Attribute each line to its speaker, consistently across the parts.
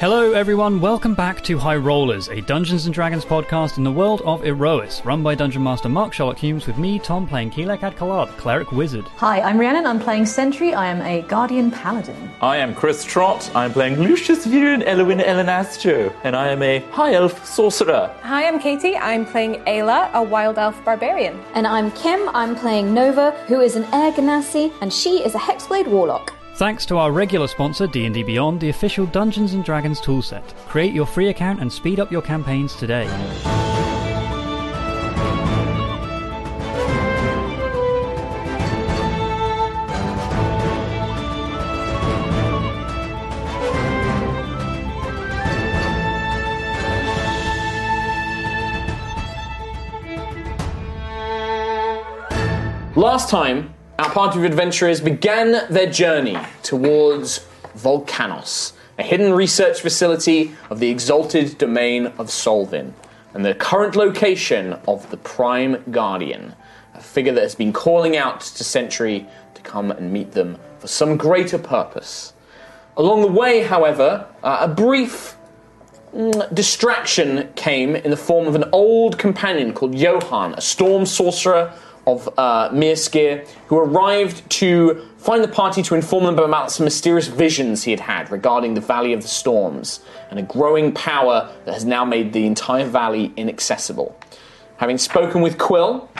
Speaker 1: Hello, everyone. Welcome back to High Rollers, a Dungeons and Dragons podcast in the world of Erois, run by Dungeon Master Mark Sherlock Humes, with me, Tom, playing Keelak Adkalad, cleric wizard.
Speaker 2: Hi, I'm Rhiannon. I'm playing Sentry. I am a Guardian Paladin.
Speaker 3: I am Chris Trott. I'm playing Lucius Viren Elwin Elenastro, and I am a high elf sorcerer.
Speaker 4: Hi, I'm Katie. I'm playing Ayla, a wild elf barbarian.
Speaker 5: And I'm Kim. I'm playing Nova, who is an Air Ganassi, and she is a Hexblade Warlock.
Speaker 1: Thanks to our regular sponsor, D&D Beyond, the official Dungeons and Dragons toolset. Create your free account and speed up your campaigns today.
Speaker 6: Last time, our party of adventurers began their journey towards Volcanos, a hidden research facility of the exalted domain of Solvin, and the current location of the Prime Guardian, a figure that has been calling out to Sentry to come and meet them for some greater purpose. Along the way, however, uh, a brief distraction came in the form of an old companion called Johan, a storm sorcerer of uh, Mirskir, who arrived to find the party to inform them about some mysterious visions he had had regarding the Valley of the Storms and a growing power that has now made the entire valley inaccessible. Having spoken with Quill,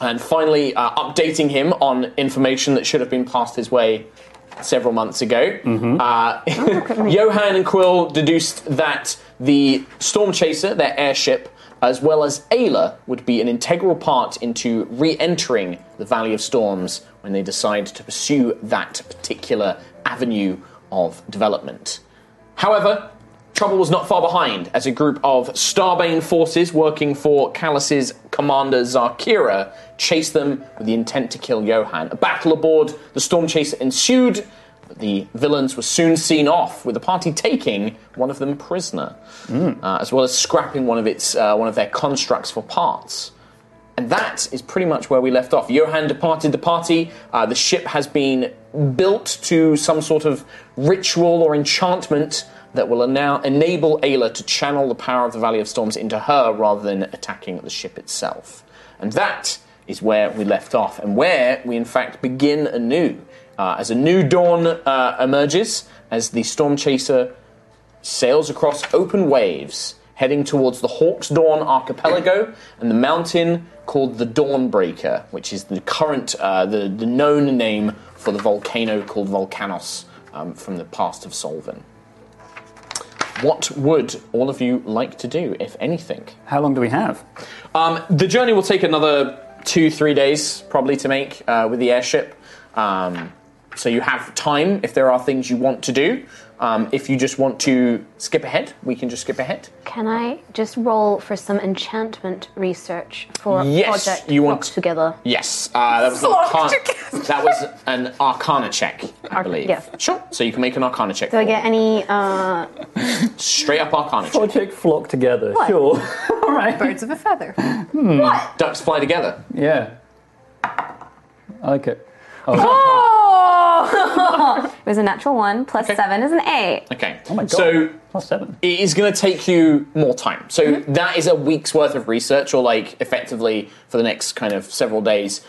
Speaker 6: and finally uh, updating him on information that should have been passed his way several months ago. Uh, Johan and Quill deduced that the Storm Chaser, their airship, as well as Ayla, would be an integral part into re entering the Valley of Storms when they decide to pursue that particular avenue of development. However, trouble was not far behind as a group of Starbane forces working for Callus's commander Zarkira chased them with the intent to kill Johan. A battle aboard the storm chaser ensued, but the villains were soon seen off, with the party taking one of them prisoner, uh, as well as scrapping one of its uh, one of their constructs for parts. And that is pretty much where we left off. Johan departed the party. Uh, the ship has been built to some sort of ritual or enchantment that will now enable Ayla to channel the power of the Valley of Storms into her rather than attacking the ship itself. And that is where we left off, and where we in fact begin anew. Uh, as a new dawn uh, emerges, as the Storm Chaser sails across open waves, heading towards the Hawk's Dawn archipelago and the mountain called the Dawnbreaker, which is the current, uh, the, the known name for the volcano called Volcanos um, from the past of Solvin. What would all of you like to do, if anything?
Speaker 7: How long do we have?
Speaker 6: Um, the journey will take another two, three days probably to make uh, with the airship. Um, so you have time if there are things you want to do. Um, if you just want to skip ahead, we can just skip ahead.
Speaker 8: Can I just roll for some enchantment research for
Speaker 6: Yes,
Speaker 8: project
Speaker 6: you want-
Speaker 8: Locked together?
Speaker 6: Yes, uh, that was an
Speaker 4: Flocked
Speaker 6: arcana.
Speaker 4: together.
Speaker 6: That was an arcana check, I
Speaker 8: Arc-
Speaker 6: believe.
Speaker 8: yes.
Speaker 6: Sure. So you can make an arcana check.
Speaker 8: Do I get any? Uh,
Speaker 6: Straight up arcana check.
Speaker 7: Project flock together.
Speaker 8: What?
Speaker 7: Sure. All right.
Speaker 4: Birds of a feather.
Speaker 6: Ducks fly together.
Speaker 7: Yeah. I like it.
Speaker 8: oh! it was a natural one plus seven is an eight.
Speaker 6: Okay.
Speaker 7: Oh my god.
Speaker 6: So
Speaker 7: plus seven.
Speaker 6: it is going to take you more time. So
Speaker 9: Mm-hmm.
Speaker 6: that is a week's worth of research, or like effectively for the next kind of several days.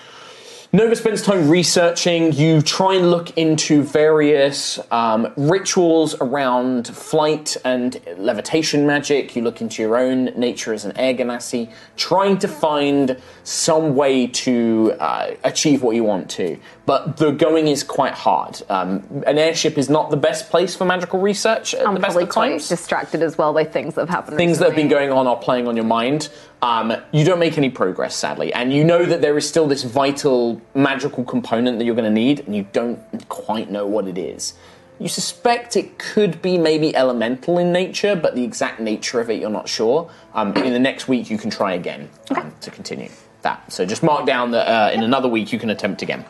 Speaker 6: Nova spends time researching. You try and look into various um, rituals around flight and levitation magic. You look into your own nature as an air ganassi, trying to find some way to uh, achieve what you want to. But the going is quite hard. Um, an airship is not the best place for magical research at
Speaker 9: I'm
Speaker 6: the best
Speaker 9: probably
Speaker 6: of
Speaker 9: quite
Speaker 6: times
Speaker 9: distracted as well by things that have happened.
Speaker 6: things that have been
Speaker 9: recently.
Speaker 6: going on are playing on your mind. Um, you don't make any progress, sadly, and you know that there is still this vital magical component that you're going to need, and you don't quite know what it is. You suspect it could be maybe elemental in nature, but the exact nature of it you're not sure. Um, in the next week, you can try again um, to continue that. So just mark down that uh, in another week you can attempt again.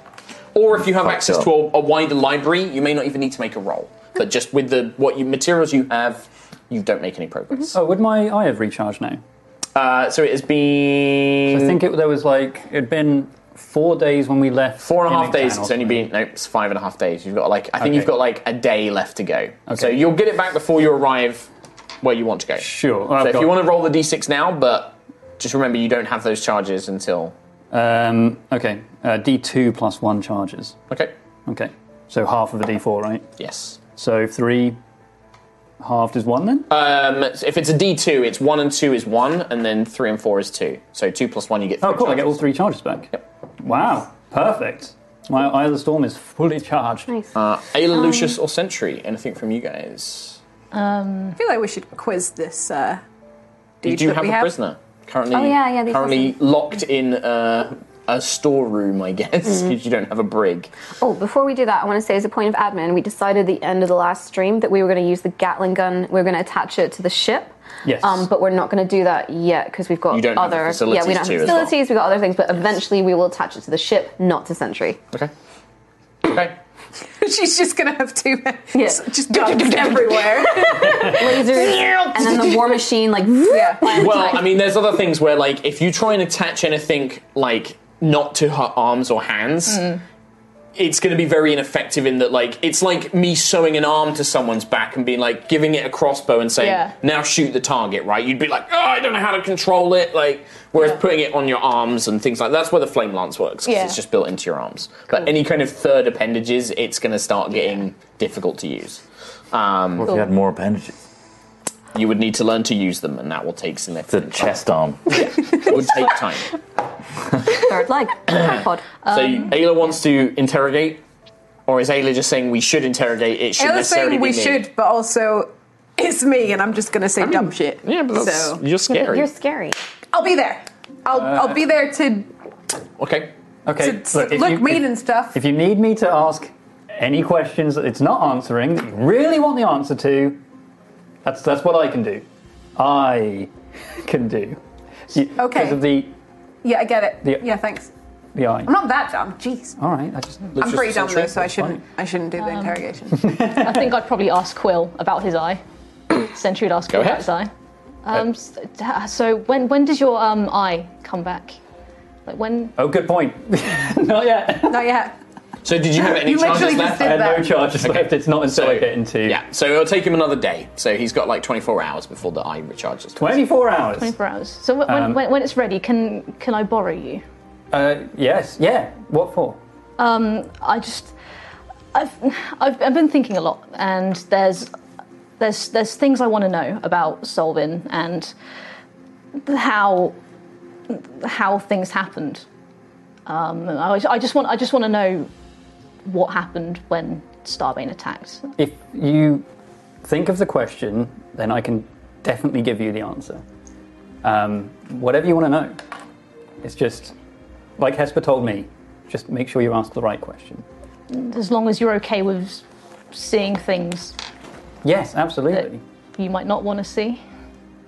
Speaker 6: Or if you have
Speaker 3: Fucked
Speaker 6: access
Speaker 3: up.
Speaker 6: to a, a wider library, you may not even need to make a roll. But just with the what you, materials you have, you don't make any progress.
Speaker 7: Oh, would my eye have recharged now?
Speaker 6: Uh, so it has been.
Speaker 7: I think it, there was like it had been four days when we left.
Speaker 6: Four and a half
Speaker 7: Phoenix
Speaker 6: days.
Speaker 7: Island.
Speaker 6: It's only been no, it's five and a half days. You've got like I think
Speaker 7: Okay.
Speaker 6: you've got like a day left to go.
Speaker 7: Okay.
Speaker 6: So you'll get it back before you arrive where you want to go.
Speaker 7: Sure.
Speaker 6: So if you want to roll the d6 now, but just remember you don't have those charges until.
Speaker 7: Um, okay. Uh, D2 plus one charges.
Speaker 6: Okay.
Speaker 7: Okay. So half of a D4, right?
Speaker 6: Yes.
Speaker 7: So three halved is one then?
Speaker 6: Um, so if it's a d2, it's one and two is one, and then three and four is two. So two plus one, you get.
Speaker 7: oh,
Speaker 6: three
Speaker 7: cool. I get all
Speaker 6: charges.
Speaker 7: three charges back. Yep. Wow. Perfect. My Eye of the Storm is fully charged.
Speaker 8: Nice.
Speaker 6: Uh, Ayla,
Speaker 9: Um,
Speaker 6: Lucius, or Sentry? Anything from you guys?
Speaker 9: Um,
Speaker 10: I feel like we should quiz this. Uh,
Speaker 6: You
Speaker 10: dude
Speaker 6: do
Speaker 10: that
Speaker 6: have
Speaker 10: we
Speaker 6: a
Speaker 10: have.
Speaker 6: prisoner currently.
Speaker 10: Oh, yeah, yeah, these
Speaker 6: Currently locked in uh, a storeroom, I guess,
Speaker 10: Mm-hmm.
Speaker 6: because
Speaker 8: Mhm.
Speaker 6: you don't have a brig.
Speaker 8: Oh, before we do that, I want to say as a point of admin, we decided at the end of the last stream that we were going to use the Gatling gun. We are going to attach it to the ship.
Speaker 6: Yes.
Speaker 8: Um, but we're not going to do that yet because we've got
Speaker 6: You don't have the
Speaker 8: other
Speaker 6: facilities
Speaker 8: yeah we don't
Speaker 6: too
Speaker 8: have
Speaker 6: as well.
Speaker 8: facilities we've got other things but eventually we will attach it to the ship not to Sentry.
Speaker 6: Okay. Okay.
Speaker 10: She's just gonna have two.
Speaker 8: Yes.
Speaker 10: Just guns everywhere.
Speaker 8: Lasers and then the war machine like yeah.
Speaker 6: well, I mean, there's other things where, like, if you try and attach anything, like, not to her arms or hands,
Speaker 10: Mm.
Speaker 6: it's going to be very ineffective in that, like, it's like me sewing an arm to someone's back and being like, giving it a crossbow and saying,
Speaker 10: Yeah.
Speaker 6: now shoot the target, right? You'd be like, oh, I don't know how to control it, like, whereas putting it on your arms and things like that's where the flame lance works, 'cause
Speaker 10: Yeah.
Speaker 6: it's just built into your arms. But any kind of third appendages, it's going to start getting difficult to use. Um,
Speaker 3: What if you had more appendages?
Speaker 6: You would need to learn to use them, and that will take significant.
Speaker 3: It's a chest arm.
Speaker 6: It would take time.
Speaker 8: third leg tripod.
Speaker 6: so you-
Speaker 10: Um,
Speaker 6: Ayla wants to interrogate, or is Ayla just saying we should interrogate? It should
Speaker 10: Ayla's
Speaker 6: necessarily
Speaker 10: saying we
Speaker 6: be me.
Speaker 10: should, but also it's me, and I'm just gonna say dumb shit. Yeah,
Speaker 6: but that's-
Speaker 10: so
Speaker 6: you're scary. You're
Speaker 8: scary.
Speaker 10: I'll be there. I'll
Speaker 7: Uh,
Speaker 10: I'll be there to
Speaker 6: Okay.
Speaker 7: Okay. Look, if
Speaker 10: look
Speaker 7: you-
Speaker 10: mean
Speaker 7: if-
Speaker 10: and stuff.
Speaker 7: If you need me to ask any questions that it's not answering that you really want the answer to, that's that's what I can do. I can do. You-
Speaker 10: Okay.
Speaker 7: Because of the
Speaker 10: Yeah, I get it.
Speaker 7: The-
Speaker 10: yeah, thanks.
Speaker 7: the eye.
Speaker 10: I'm not that dumb. Jeez.
Speaker 7: All right. I just.
Speaker 10: I'm pretty dumb though, so I shouldn't. I shouldn't do the
Speaker 11: Um,
Speaker 10: interrogation.
Speaker 11: I think I'd probably ask Quill about his eye. Sentry would ask
Speaker 10: Go
Speaker 11: Quill about
Speaker 10: ahead.
Speaker 11: his eye. Um, s- uh, so when when does your um, eye come back? Like when?
Speaker 7: Oh, good point. not yet.
Speaker 10: Not yet.
Speaker 6: So did you have any
Speaker 10: You
Speaker 6: charges
Speaker 10: literally
Speaker 6: left?
Speaker 10: just did I had no that.
Speaker 7: charges left. It's not until
Speaker 6: so,
Speaker 7: I get into.
Speaker 6: Yeah. So it'll take him another day. So he's got like 24 hours before the eye recharges.
Speaker 7: 24 hours.
Speaker 11: Twenty four hours. So wh- when,
Speaker 7: Um,
Speaker 11: when when it's ready, can can I borrow you?
Speaker 7: Uh, yes. Yeah. What for?
Speaker 11: Um, I just, I've, I've, I've been thinking a lot, and there's, there's, there's things I want to know about Solvin and how, how things happened. Um, and I, I just want, I just want to know what happened when Starbane attacked.
Speaker 7: If you think of the question, then I can definitely give you the answer. Um, whatever you want to know. It's just, like Hesper told me, just make sure you ask the right question.
Speaker 11: As long as you're okay with seeing things
Speaker 7: Yes, absolutely.
Speaker 11: you might not want to see.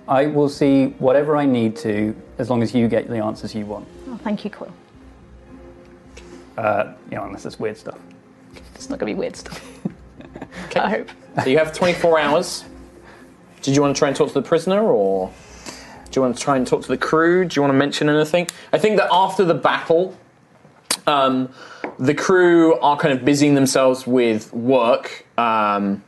Speaker 7: I will see whatever I need to as long as you get the answers you want.
Speaker 11: Oh, thank you, Quill.
Speaker 7: Uh, you know, unless it's weird stuff.
Speaker 11: It's not going to be weird stuff.
Speaker 6: I
Speaker 11: hope.
Speaker 6: So you have 24 hours. Did you want to try and talk to the prisoner, or do you want to try and talk to the crew? Do you want to mention anything? I think that after the battle, um, the crew are kind of busying themselves with work. Um,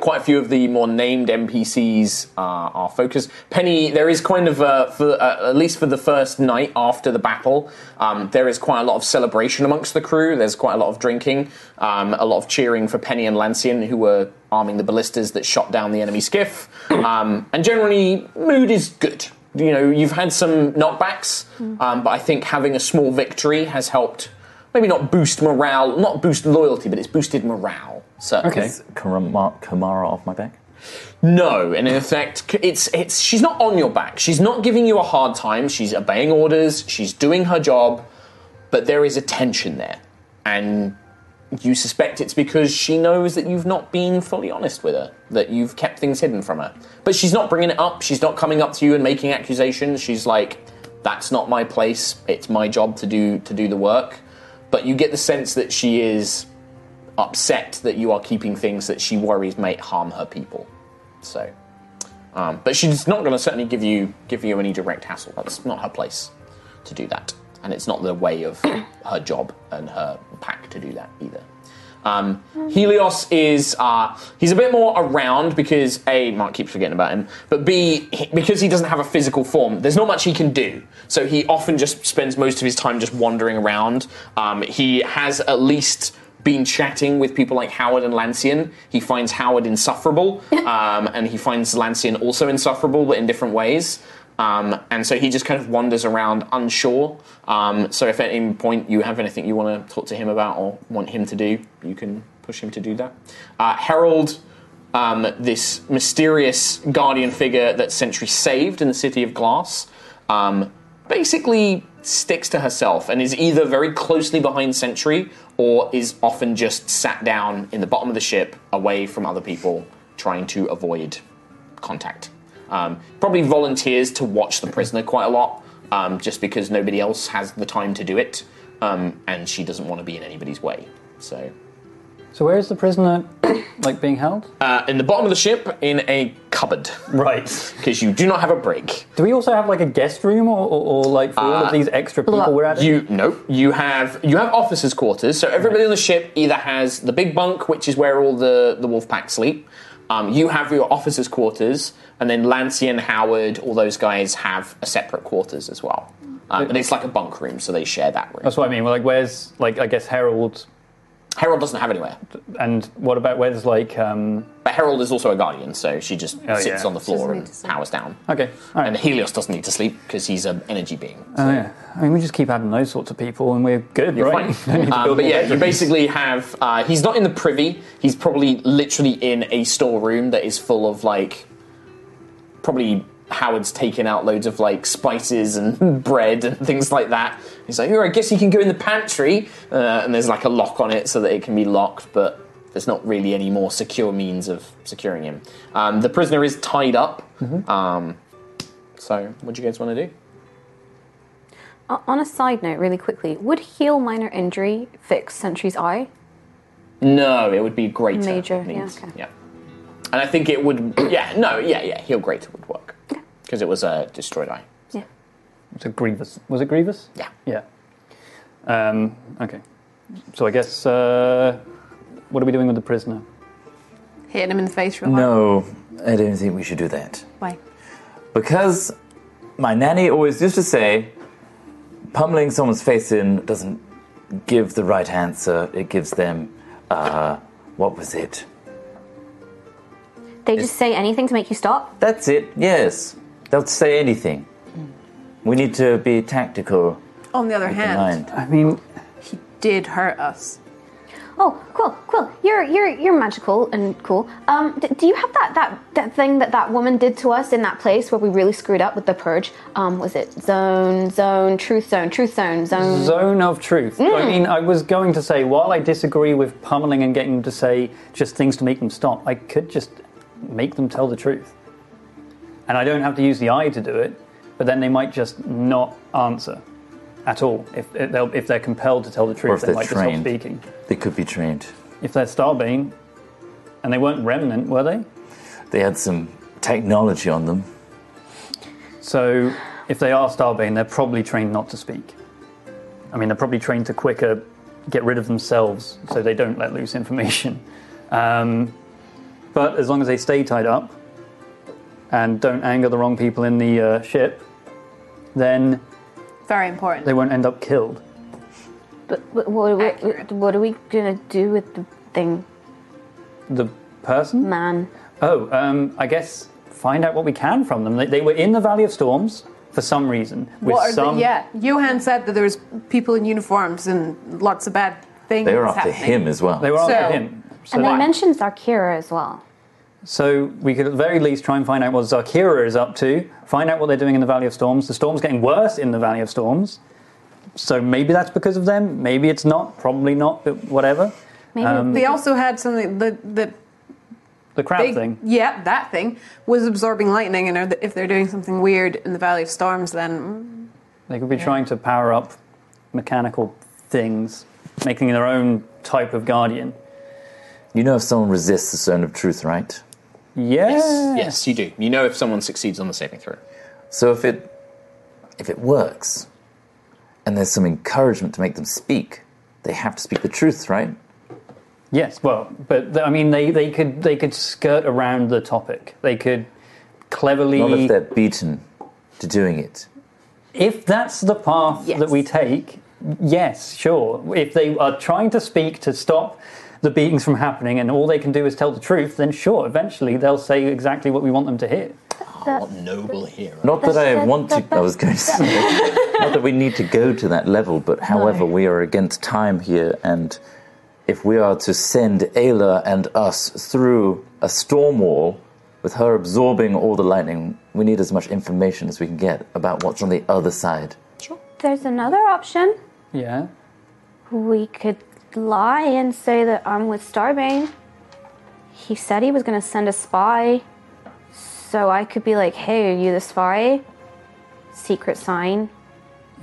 Speaker 6: quite a few of the more named NPCs uh, are focused. Penny, there is kind of, uh, for, uh, at least for the first night after the battle, um, there is quite a lot of celebration amongst the crew. There's quite a lot of drinking, um, a lot of cheering for Penny and Lancian, who were arming the ballistas that shot down the enemy skiff. Um, and generally, mood is good. You know, you've had some knockbacks,
Speaker 12: Mm.
Speaker 6: um, but I think having a small victory has helped. Maybe not boost morale, not boost loyalty, but it's boosted morale. Certainly.
Speaker 3: Is Kamara, Kamara off my back?
Speaker 6: No, and in effect, c- it's it's she's not on your back. She's not giving you a hard time. She's obeying orders. She's doing her job, but there is a tension there, and you suspect it's because she knows that you've not been fully honest with her, that you've kept things hidden from her. But she's not bringing it up. She's not coming up to you and making accusations. She's like, "That's not my place. It's my job to do to do the work." But you get the sense that she is upset that you are keeping things that she worries may harm her people. So, um, but she's not going to certainly give you give you any direct hassle. That's not her place to do that, and it's not the way of her job and her pack to do that either. Um, Helios is uh, he's a bit more around because a Mark keeps forgetting about him, but b he- because he doesn't have a physical form, there's not much he can do. So he often just spends most of his time just wandering around. Um, he has at least been chatting with people like Howard and Lancian. He finds Howard insufferable, um, and he finds Lancian also insufferable, but in different ways. Um, and so he just kind of wanders around unsure. Um, so if at any point you have anything you want to talk to him about or want him to do, you can push him to do that. Uh, Harold, um, this mysterious guardian figure that Sentry saved in the city of Glass, um, basically sticks to herself and is either very closely behind Sentry or is often just sat down in the bottom of the ship away from other people trying to avoid contact. Um, probably volunteers to watch the prisoner quite a lot, um, just because nobody else has the time to do it, um, and she doesn't want to be in anybody's way. So,
Speaker 7: So where is the prisoner, like being held?
Speaker 6: uh, in the bottom of the ship, in a cupboard,
Speaker 7: right?
Speaker 6: Because you do not have a break.
Speaker 7: Do we also have like a guest room, or, or, or like for all
Speaker 6: Uh,
Speaker 7: of these extra people we're adding?
Speaker 6: You nope. You have you have officers' quarters. So everybody on the ship either has the big bunk, which is where all the the wolf pack sleep. Um, you have your officers' quarters, and then Lancey and Howard, all those guys have a separate quarters as well. Um, and it's like a bunk room, so they share that room.
Speaker 7: That's what I mean. Well, like, where's like I guess Harold?
Speaker 6: Harold doesn't have anywhere.
Speaker 7: And what about where's like? Um...
Speaker 6: But Harold is also a guardian, so she just
Speaker 7: Oh,
Speaker 6: sits
Speaker 7: yeah.
Speaker 6: on the floor and powers down.
Speaker 7: Okay. All right.
Speaker 6: And Helios doesn't need to sleep because he's an energy being.
Speaker 7: Oh yeah. I mean, we just keep adding those sorts of people, and we're good,
Speaker 6: You're
Speaker 7: right? Don't need
Speaker 6: fine.
Speaker 7: to
Speaker 6: um,
Speaker 7: build
Speaker 6: but
Speaker 7: more
Speaker 6: yeah, you
Speaker 7: bedrooms.
Speaker 6: basically have. Uh, he's not in the privy. He's probably literally in a storeroom that is full of like. Probably Howard's taken out loads of like spices and bread and things like that. He's like, oh, I guess you can go in the pantry, uh, and there's like a lock on it so that it can be locked, but there's not really any more secure means of securing him. Um, the prisoner is tied up.
Speaker 7: Mm-hmm.
Speaker 6: Um, so, what do you guys want to do?
Speaker 8: O- On a side note, really quickly, would heal minor injury fix Sentry's eye?
Speaker 6: No, it would be greater.
Speaker 8: Major, yeah,
Speaker 6: means.
Speaker 8: okay.
Speaker 6: And I think it would. Yeah, no, yeah, yeah. Heal greater would work because it was a destroyed eye.
Speaker 7: It's a Grievous. Was it Grievous?
Speaker 6: Yeah.
Speaker 7: Yeah. Um, okay. So I guess uh, what are we doing with the prisoner?
Speaker 10: Hitting him in the face real hard.
Speaker 3: No, I don't think we should do that.
Speaker 10: Why?
Speaker 3: Because my nanny always used to say, pummeling someone's face in doesn't give the right answer. It gives them, uh, what was it?
Speaker 8: They just say anything to make you stop?
Speaker 3: That's it. Yes, they'll say anything. We need to be tactical.
Speaker 10: On the other
Speaker 3: with the
Speaker 10: hand,
Speaker 3: mind.
Speaker 7: I mean,
Speaker 10: did hurt us.
Speaker 8: Oh, cool, cool. You're you're you're magical and cool. Um, d- do you have that, that that thing that that woman did to us in that place where we really screwed up with the purge? Um, was it zone, zone, truth zone, truth zone, zone?
Speaker 7: Zone of truth. I mean, I was going to say, while I disagree with pummeling and getting them to say just things to make them stop, I could just make them tell the truth. And I don't have to use the eye to do it, but then they might just not answer at all. If, if, they'll, if they're compelled to tell the
Speaker 3: Or
Speaker 7: truth,
Speaker 3: if
Speaker 7: they
Speaker 3: they're
Speaker 7: might just stop
Speaker 3: trained.
Speaker 7: speaking.
Speaker 3: They could be trained.
Speaker 7: If they're Starbane, and they weren't Remnant, were they?
Speaker 3: They had some technology on them.
Speaker 7: So if they are Starbane, they're probably trained not to speak. I mean, they're probably trained to quicker get rid of themselves so they don't let loose information. Um, But as long as they stay tied up and don't anger the wrong people in the uh, ship, then
Speaker 12: Very important.
Speaker 7: they won't end up killed.
Speaker 8: But, but what, are we, what are we gonna do with the thing,
Speaker 7: The person?
Speaker 8: man?
Speaker 7: Oh, um, I guess find out what we can from them. They, they were in the Valley of Storms for some reason. With
Speaker 10: What are
Speaker 7: some,
Speaker 10: the, yeah, Johan said that there was people in uniforms and lots of bad things.
Speaker 7: They were after
Speaker 10: happening.
Speaker 7: him as well. They were after him. So-
Speaker 8: and they
Speaker 7: Why?
Speaker 8: mentioned Zarkira as well.
Speaker 7: So we could at the very least try and find out what Zarkira is up to, find out what they're doing in the Valley of Storms. The storm's getting worse in the Valley of Storms. So maybe that's because of them. Maybe it's not. Probably not. But whatever. Um,
Speaker 10: they also had something. The the
Speaker 7: the crab
Speaker 10: big,
Speaker 7: thing.
Speaker 10: Yeah, that thing was absorbing lightning, and are th- if they're doing something weird in the Valley of Storms, then mm,
Speaker 7: They could be trying to power up mechanical things, making their own type of guardian.
Speaker 3: You know if someone resists the zone of truth, right?
Speaker 7: Yes.
Speaker 6: Yes, you do. You know if someone succeeds on the saving throw.
Speaker 3: So if it if it works, and there's some encouragement to make them speak, they have to speak the truth, right?
Speaker 7: Yes, well, but th- I mean, they, they could they could skirt around the topic. They could cleverly.
Speaker 3: Not if they're beaten to doing it.
Speaker 7: If that's the path that we take, yes, sure. If they are trying to speak to stop the beatings from happening, and all they can do is tell the truth, then sure, eventually they'll say exactly what we want them to hear.
Speaker 6: what noble hero!
Speaker 3: Not that I want to. I was going to say. not that we need to go to that level, but however, we are against time here, and if we are to send Ayla and us through a storm wall, with her absorbing all the lightning, we need as much information as we can get about what's on the other side.
Speaker 8: There's another option.
Speaker 7: Yeah.
Speaker 8: We could lie and say that I'm with Starbane. He said he was gonna send a spy, so I could be like, "Hey, are you the spy?" Secret sign.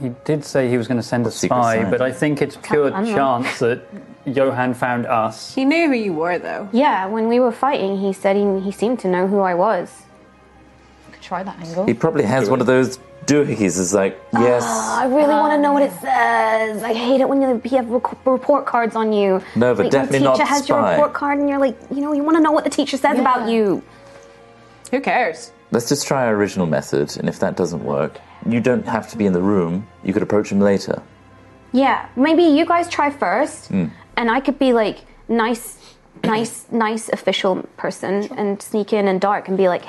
Speaker 7: He did say he was going to send a
Speaker 3: secret
Speaker 7: spy,
Speaker 3: sign?
Speaker 7: but I think it's pure
Speaker 8: I don't know.
Speaker 7: chance that Johan found us.
Speaker 10: he knew who you were, though.
Speaker 8: Yeah, when we were fighting, he said he, he seemed to know who I was.
Speaker 11: Could try that angle.
Speaker 3: He probably has one of those doohickeys. Is like, yes,
Speaker 8: Ah, I really want to know what it says. I hate it when you, you have rec- report cards on you.
Speaker 3: No, but
Speaker 8: Like,
Speaker 3: definitely
Speaker 8: your
Speaker 3: not
Speaker 8: teacher has your
Speaker 3: spy.
Speaker 8: report card, and you're like, you know, you want to know what the teacher says about you.
Speaker 10: Who cares?
Speaker 3: let's just try our original method, and if that doesn't work, you don't have to be in the room. You could approach him later.
Speaker 8: Yeah, maybe you guys try first,
Speaker 3: Hmm.
Speaker 8: and I could be like nice, nice, nice official person, and sneak in and dark and be like,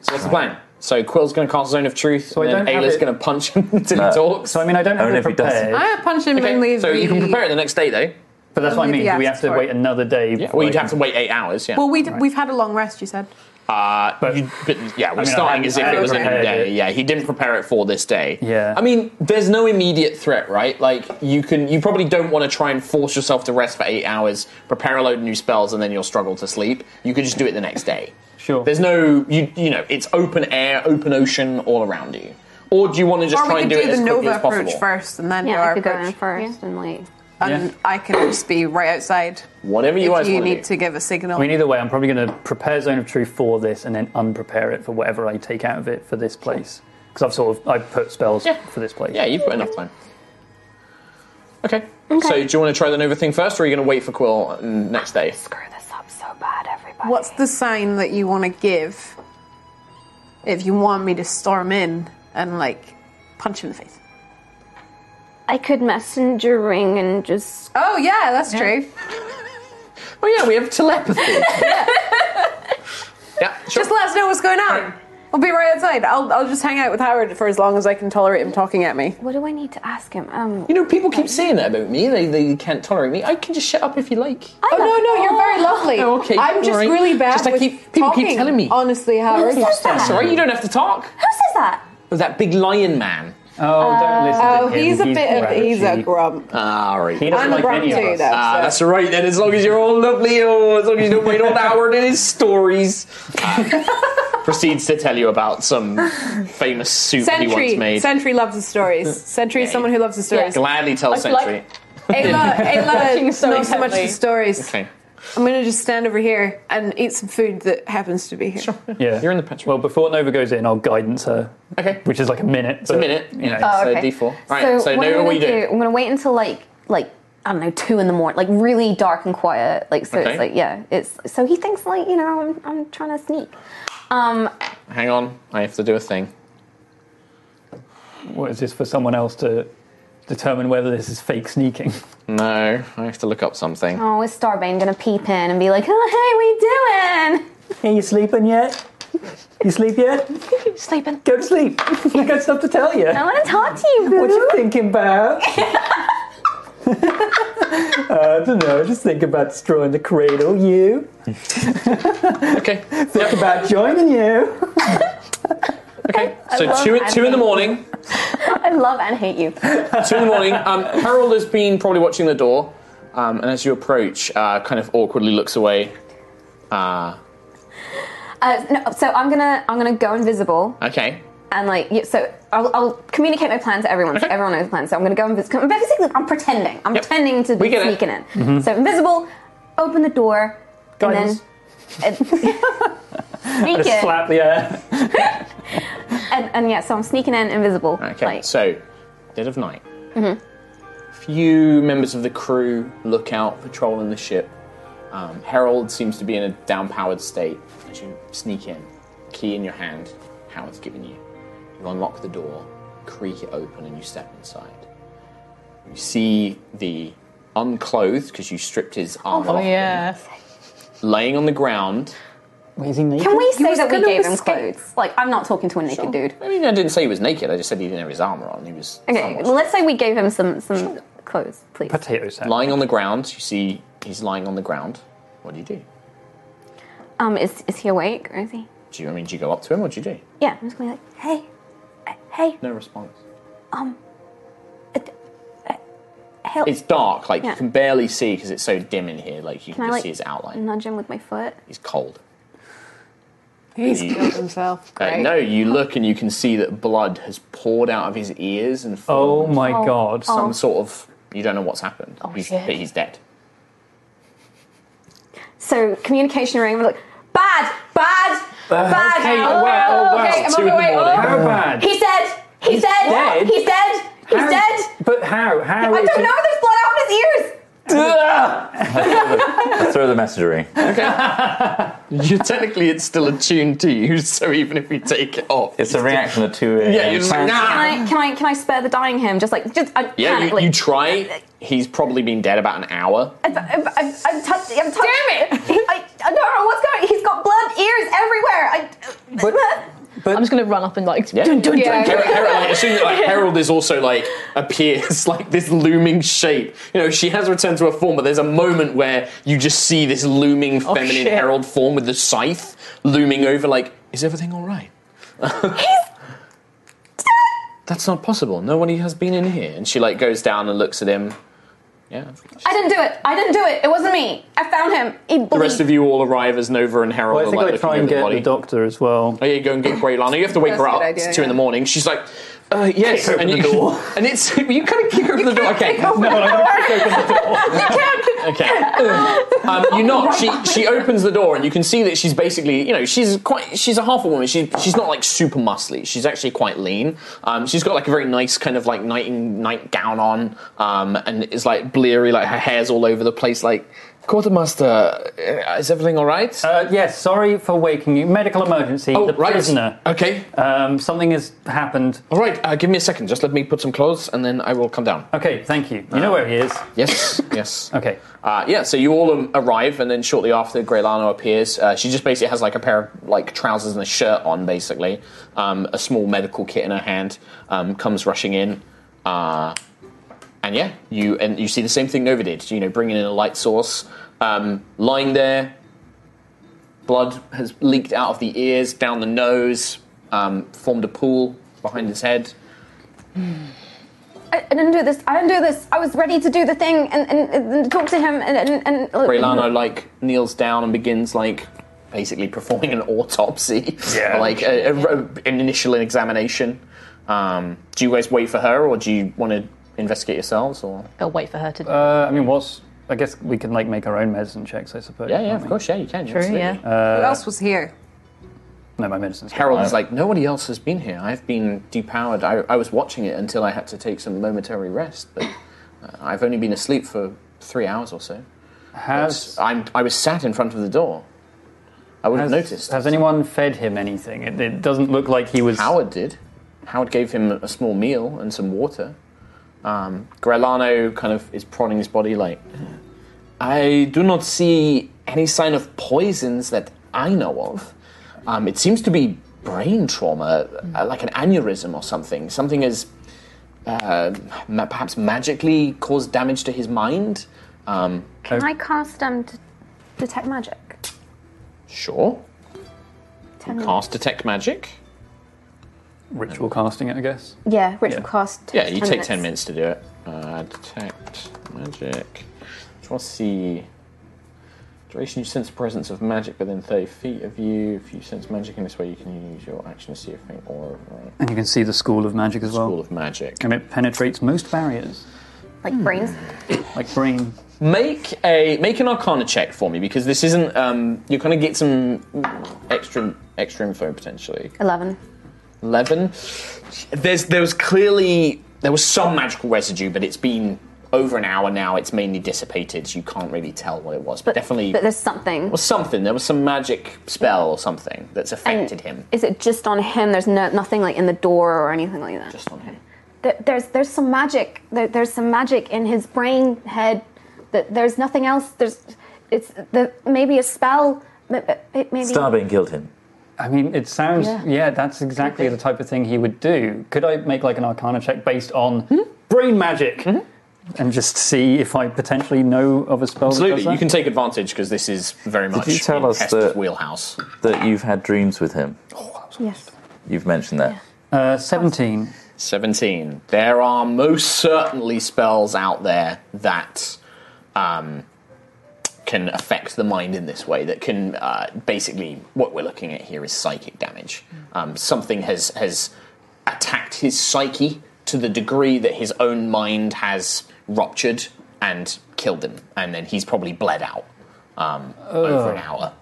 Speaker 6: So what's the plan? So Quill's going to cast Zone of Truth,
Speaker 8: I
Speaker 6: and then
Speaker 8: don't have
Speaker 6: Ayla's
Speaker 8: it-
Speaker 6: going to punch him until he talks. So
Speaker 7: I mean, I don't have Only it if he doesn't. prepared.
Speaker 10: I punch him and leave.
Speaker 6: So you can prepare it the next day, though.
Speaker 7: But that's what I
Speaker 10: Leave
Speaker 7: mean.
Speaker 10: the
Speaker 7: Do we
Speaker 10: axe
Speaker 7: have to
Speaker 10: for it.
Speaker 7: wait another day?
Speaker 6: Yeah.
Speaker 7: before
Speaker 6: Well, you'd
Speaker 7: I
Speaker 6: have to
Speaker 7: can-
Speaker 6: wait eight hours. Yeah.
Speaker 10: Well, we d- we've had a long rest. You said.
Speaker 6: Uh, but, but yeah,
Speaker 7: I mean,
Speaker 6: we're
Speaker 7: I
Speaker 6: starting
Speaker 7: hadn't-
Speaker 6: as if
Speaker 7: I
Speaker 6: it was a new
Speaker 7: hadn't prepared
Speaker 6: day.
Speaker 7: it.
Speaker 6: Yeah, he didn't prepare it for this day.
Speaker 7: Yeah.
Speaker 6: I mean, there's no immediate threat, right? Like you can, you probably don't want to try and force yourself to rest for eight hours, prepare a load of new spells, and then you'll struggle to sleep. You could just do it the next day. Sure. There's no, you you know, it's open air, open ocean all around you. Or do you want to just
Speaker 10: or
Speaker 6: try
Speaker 10: we
Speaker 6: and
Speaker 10: could
Speaker 6: do,
Speaker 10: do,
Speaker 6: it as
Speaker 10: the
Speaker 6: quickly
Speaker 10: Nova
Speaker 6: as
Speaker 10: approach
Speaker 6: possible?
Speaker 10: first, and then do
Speaker 8: yeah,
Speaker 10: our
Speaker 8: I could go in
Speaker 10: approach.
Speaker 8: first, and like,
Speaker 10: And I can just be right outside.
Speaker 6: Whatever
Speaker 7: you
Speaker 10: if
Speaker 7: guys
Speaker 10: you
Speaker 7: wanna
Speaker 10: need
Speaker 7: do.
Speaker 10: to give a signal.
Speaker 7: I mean, either way, I'm probably going to prepare Zone of Truth for this and then unprepare it for whatever I take out of it for this place. Because I've sort of I put spells
Speaker 6: Yeah.
Speaker 7: for this place.
Speaker 6: Yeah, you've got enough time. Okay. So do you want to try the Nova thing first, or are you going to wait for Quill mm, next day?
Speaker 10: What's the sign that you want to give if you want me to storm in and like punch him in the face?
Speaker 8: I could messenger ring and just.
Speaker 10: Oh yeah, that's true.
Speaker 6: Oh yeah, we have telepathy. yeah,
Speaker 10: Just let us know what's going on. I'll be right outside. I'll, I'll just hang out with Howard for as long as I can tolerate him talking at me.
Speaker 8: What do I need to ask him? Um,
Speaker 6: You know, people keep saying that about me. They, they can't tolerate me. I can just shut up if you like.
Speaker 10: oh no, no, you're very
Speaker 6: Oh,
Speaker 10: lovely.
Speaker 6: okay,
Speaker 10: I'm just
Speaker 6: alright.
Speaker 10: really bad
Speaker 6: Just I
Speaker 10: with
Speaker 6: keep- people keep
Speaker 10: talking,
Speaker 6: telling me.
Speaker 10: Honestly, Howard,
Speaker 6: That's all right. You don't have to talk.
Speaker 8: Who says that?
Speaker 6: There's that big lion man.
Speaker 7: Oh,
Speaker 10: don't listen to Oh, him. he's a He's bit of- grouchy. he's a grump.
Speaker 6: Ah, all right.
Speaker 10: He doesn't I'm a like grump any of too, us. though,
Speaker 6: Ah,
Speaker 10: so-
Speaker 6: that's all right then. As long as you're all lovely, oh, as long as you don't wait all hour in his stories. Uh, proceeds to tell you about some famous soup he once
Speaker 10: Sentry.
Speaker 6: made. Uh,
Speaker 10: Sentry loves his stories. Sentry is someone who loves his stories.
Speaker 6: Gladly tell
Speaker 10: I feel like-
Speaker 6: Sentry.
Speaker 10: Ayla,
Speaker 6: Watching
Speaker 10: Ayla
Speaker 6: so
Speaker 10: knows so much
Speaker 6: intently.
Speaker 10: the stories.
Speaker 6: Okay.
Speaker 10: I'm gonna just stand over here and eat some food that happens to be here.
Speaker 7: Yeah. You're in the picture. Well, before Nova goes in, I'll guidance her.
Speaker 6: Okay.
Speaker 7: Which is like a minute. It's
Speaker 6: a minute.
Speaker 7: You know,
Speaker 8: Oh, okay.
Speaker 7: D4.
Speaker 8: So what I'm gonna I'm gonna wait until like like I don't know, two in the morning, like really dark and quiet. Like so,
Speaker 6: Okay.
Speaker 8: it's like yeah, it's so he thinks like you know I'm, I'm trying to sneak. Um,
Speaker 6: Hang on, I have to do a thing.
Speaker 7: What is this for someone else to determine whether this is fake sneaking?
Speaker 6: No, I have to look up something.
Speaker 8: oh, is Starbane gonna peep in and be like, oh, hey, we doing?
Speaker 7: Are you sleeping yet? You sleep yet?
Speaker 8: Sleeping.
Speaker 7: Go to sleep. I got stuff to tell you.
Speaker 8: I want to talk to you.
Speaker 7: What you thinking about? Uh, I don't know. Just think about destroying the cradle. You.
Speaker 10: Oh.
Speaker 6: okay.
Speaker 7: Think about joining you.
Speaker 8: I
Speaker 6: So
Speaker 10: Um,
Speaker 8: love
Speaker 6: two,
Speaker 8: and
Speaker 6: two
Speaker 8: hate
Speaker 6: in the
Speaker 8: you.
Speaker 6: morning.
Speaker 8: I love and hate you.
Speaker 6: Two in the morning. Um, Harold has been probably watching the door, um, and as you approach, uh, kind of awkwardly looks away. Uh,
Speaker 8: Uh, no, so I'm gonna I'm gonna go invisible
Speaker 6: okay.
Speaker 8: and like yeah, so I'll, I'll communicate my plan to everyone. So everyone knows the plan. So I'm gonna go invisible. Basically, I'm pretending. I'm pretending to
Speaker 6: We
Speaker 8: be
Speaker 6: get it.
Speaker 8: sneaking in.
Speaker 6: Mhm.
Speaker 8: So invisible, open the door,
Speaker 7: Guidance.
Speaker 8: and then and, sneak
Speaker 6: Just
Speaker 8: in.
Speaker 6: slap the air.
Speaker 8: And, and yeah, so I'm sneaking in invisible.
Speaker 6: Okay. So, dead of night.
Speaker 8: hmm
Speaker 6: Few members of the crew look out, patrolling the ship. Um, Harold seems to be in a downpowered state as you sneak in. Key in your hand, Howard's given you. You unlock the door, creak it open, and you step inside. You see the unclothed, because you stripped his
Speaker 8: Oh,
Speaker 6: armor off,
Speaker 11: yeah.
Speaker 6: laying on the ground.
Speaker 8: Can we say
Speaker 11: was
Speaker 8: that we
Speaker 11: gonna
Speaker 8: gave him clothes? Like, I'm not talking to a naked dude.
Speaker 6: I mean, I didn't say he was naked, I just said he didn't have his armor on. He was
Speaker 8: Okay, let's say we gave him some some clothes, please.
Speaker 6: potato sack. Lying on the ground, you see he's lying on the ground. What do you do?
Speaker 8: Um, is is he awake or is he?
Speaker 6: Do you, I mean, do you go up to him? What do you do?
Speaker 8: Yeah, I'm just gonna be like, hey, uh, hey,
Speaker 6: No response.
Speaker 8: um, uh, uh, help.
Speaker 6: It's dark, like
Speaker 8: Yeah.
Speaker 6: you can barely see because it's so dim in here. Like you can,
Speaker 8: Can I
Speaker 6: just
Speaker 8: like
Speaker 6: see his outline.
Speaker 8: nudge him with my foot?
Speaker 6: He's cold.
Speaker 10: He's
Speaker 6: You-
Speaker 10: killed himself.
Speaker 6: Uh,
Speaker 10: Great.
Speaker 6: no, you look and you can see that blood has poured out of his ears and.
Speaker 7: Oh
Speaker 6: formed
Speaker 7: my Oh. God.
Speaker 6: Some
Speaker 7: Oh.
Speaker 6: sort of you don't know what's happened. Oh he's,
Speaker 8: shit.
Speaker 6: But he's dead.
Speaker 8: So communication ring. We're like, bad, bad,
Speaker 7: Uh,
Speaker 8: bad.
Speaker 6: okay, oh, wow, oh, wow, it's two in the morning. How bad?
Speaker 8: He said. He
Speaker 7: He's
Speaker 8: said.
Speaker 7: dead?
Speaker 8: He said. He's
Speaker 7: How-
Speaker 8: dead.
Speaker 7: But how? How?
Speaker 8: I
Speaker 7: is
Speaker 8: don't
Speaker 7: it-
Speaker 8: know. There's blood out of his ears.
Speaker 3: I throw the messenger
Speaker 6: You technically it's still attuned to you, so even if you take it off,
Speaker 3: it's a reaction at two.
Speaker 6: Yeah, you're just like, nah.
Speaker 8: Can I? Can I? Can I spare the dying him? Just like, uh, just I,
Speaker 6: Yeah, you,
Speaker 8: panically.
Speaker 6: you try. He's probably been dead about an hour.
Speaker 8: I've, I've, I've, I've touched. I've touched. Damn it! I, I don't know what's going. He's got blood ears everywhere. I,
Speaker 11: I'm just going to run up and like.
Speaker 6: Yeah.
Speaker 11: Dun, dun,
Speaker 6: Harold,
Speaker 11: dun, dun.
Speaker 6: Harold, like, as soon as, like, Harold is also like appears like this looming shape. You know, she has returned to her form, but there's a moment where you just see this looming
Speaker 12: Oh,
Speaker 6: feminine
Speaker 12: shit.
Speaker 6: Harold form with the scythe looming over. Like, is everything all right? That's not possible. No one has been in here. And she like goes down and looks at him. Yeah.
Speaker 8: I didn't do it. I didn't do it. It wasn't me. I found him. He
Speaker 6: The
Speaker 8: believed-
Speaker 6: rest of you all arrive as Nova and Harold.
Speaker 7: Well, I
Speaker 6: are,
Speaker 7: think
Speaker 6: like,
Speaker 7: I try
Speaker 6: looking
Speaker 7: and
Speaker 6: at the
Speaker 7: get
Speaker 6: body.
Speaker 7: the doctor as well.
Speaker 6: Oh yeah, go and get Greylana. You have to wake
Speaker 7: That's
Speaker 6: her
Speaker 7: a
Speaker 6: up.
Speaker 7: good idea,
Speaker 6: it's two in
Speaker 7: yeah.
Speaker 6: the morning. She's like, uh, yes,
Speaker 7: open
Speaker 6: and
Speaker 7: the
Speaker 6: you
Speaker 7: door.
Speaker 6: and it's you kind of kick her open the door. Okay,
Speaker 7: open No, the I don't door. kick open
Speaker 6: okay. Um, you knock. She she opens the door, and you can see that she's basically, you know, she's quite, she's a half a woman. She she's not like super muscly. She's actually quite lean. Um, she's got like a very nice kind of like night nightgown on, um, and it's like bleary. Like her hair's all over the place. Like quartermaster, uh, is everything all right?
Speaker 7: Uh, yes, sorry for waking you. Medical emergency.
Speaker 6: Oh,
Speaker 7: the
Speaker 6: right.
Speaker 7: prisoner.
Speaker 6: Okay.
Speaker 7: Um, something has happened.
Speaker 6: All right, uh, give me a second. Just let me put some clothes, and then I will come down.
Speaker 7: Okay, thank you. You know where he
Speaker 6: Ah.
Speaker 7: is.
Speaker 6: Yes, yes.
Speaker 7: Okay.
Speaker 6: Uh, yeah, so you all um, arrive, and then shortly after, Greylano appears. Uh, she just basically has like a pair of like trousers and a shirt on, basically. Um, a small medical kit in her hand. Um, comes rushing in, uh, and yeah, you and you see the same thing Nova did. You know, bringing in a light source, um, lying there. Blood has leaked out of the ears, down the nose, um, formed a pool behind his head.
Speaker 8: I, I didn't do this. I didn't do this. I was ready to do the thing and, and, and talk to him and and, and
Speaker 6: Brelano like kneels down and begins like basically performing an autopsy,
Speaker 7: Yeah.
Speaker 6: like a, a- an initial examination. Um, do you guys wait for her, or do you want to investigate yourselves? Or
Speaker 11: I'll wait for her to.
Speaker 7: Uh, I mean, what's? I guess we can like make our own medicine checks, I suppose.
Speaker 6: Yeah, yeah, of course, yeah, you can. True, absolutely. yeah.
Speaker 7: Uh,
Speaker 10: Who else was here?
Speaker 7: No, my medicine's.
Speaker 6: Harold is like, nobody else has been here. I've been depowered. I, I was watching it until I had to take some momentary rest, but Uh, I've only been asleep for three hours or so.
Speaker 7: Has-
Speaker 6: But I'm, I was sat in front of the door. I would have
Speaker 7: Has-
Speaker 6: noticed.
Speaker 7: Has anyone fed him anything? It, it doesn't look like he was.
Speaker 6: Howard did. Howard gave him a small meal and some water. Um, Grellano kind of is prodding his body like, I do not see any sign of poisons that I know of. Um, it seems to be brain trauma, uh, like an aneurysm or something. Something has uh, ma- perhaps magically caused damage to his mind. Um,
Speaker 8: Can I cast um, d- detect magic?
Speaker 6: Sure.
Speaker 8: Ten
Speaker 6: Cast detect magic.
Speaker 7: Ritual casting it, I guess.
Speaker 8: Yeah, ritual cast.
Speaker 6: Yeah, you
Speaker 8: 10
Speaker 6: take ten minutes to do it. Uh, detect magic. Just want to see duration. You sense the presence of magic within thirty feet of you. If you sense magic in this way, you can use your action to see if faint aura. Right?
Speaker 7: And you can see the school of magic as well. School
Speaker 6: of magic.
Speaker 7: And it penetrates most barriers,
Speaker 8: Like brains.
Speaker 7: like brain.
Speaker 6: Make a make an Arcana check for me because this isn't. Um, you're going to get some extra extra info potentially.
Speaker 8: Eleven.
Speaker 6: 11 there's there was clearly there was some magical residue but it's been over an hour now it's mainly dissipated so you can't really tell what it was but, definitely
Speaker 8: But there's something.
Speaker 6: was something there was some magic spell or something that's affected him
Speaker 8: Is it just on him? There's no nothing like in the door or anything like that.
Speaker 6: Just on him.
Speaker 8: There, there's there's some magic. There, there's some magic in his brain head. That there's nothing else. There's it's the maybe a spell. m- m- Maybe
Speaker 3: Starbane killed him.
Speaker 7: I mean, it sounds.
Speaker 8: Yeah.
Speaker 7: Yeah, that's exactly the type of thing he would do. Could I make like an arcana check based on brain magic? And just see if I potentially know of a spell.
Speaker 6: absolutely
Speaker 7: That does
Speaker 6: you
Speaker 7: that?
Speaker 6: can take advantage because this is very much
Speaker 3: Did you tell
Speaker 6: in
Speaker 3: us
Speaker 6: Hester's
Speaker 3: that
Speaker 6: wheelhouse
Speaker 3: that you've had dreams with him?
Speaker 8: Yes.
Speaker 3: You've mentioned that.
Speaker 7: Uh, 17.
Speaker 6: 17. There are most certainly spells out there that um, can affect the mind in this way, that can uh, basically, what we're looking at here is psychic damage.
Speaker 7: Hmm.
Speaker 6: Um, something has, has attacked his psyche to the degree that his own mind has ruptured and killed him, and then he's probably bled out um, over an
Speaker 7: Ugh.
Speaker 6: hour.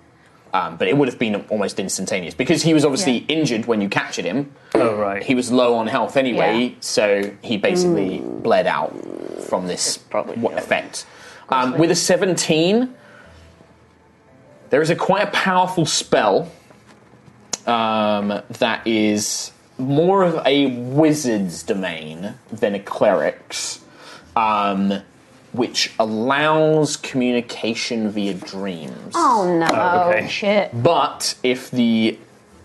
Speaker 6: Um, but it would have been almost instantaneous because he was obviously injured when you captured him.
Speaker 7: Oh right.
Speaker 6: He was low on health anyway,
Speaker 7: Yeah.
Speaker 6: so he basically bled out from this w- effect. Um, with a seventeen, there is a quite a powerful spell um, that is more of a wizard's domain than a cleric's, um, which allows communication via dreams.
Speaker 8: Oh no!
Speaker 6: Oh, okay.
Speaker 8: Shit.
Speaker 6: But if the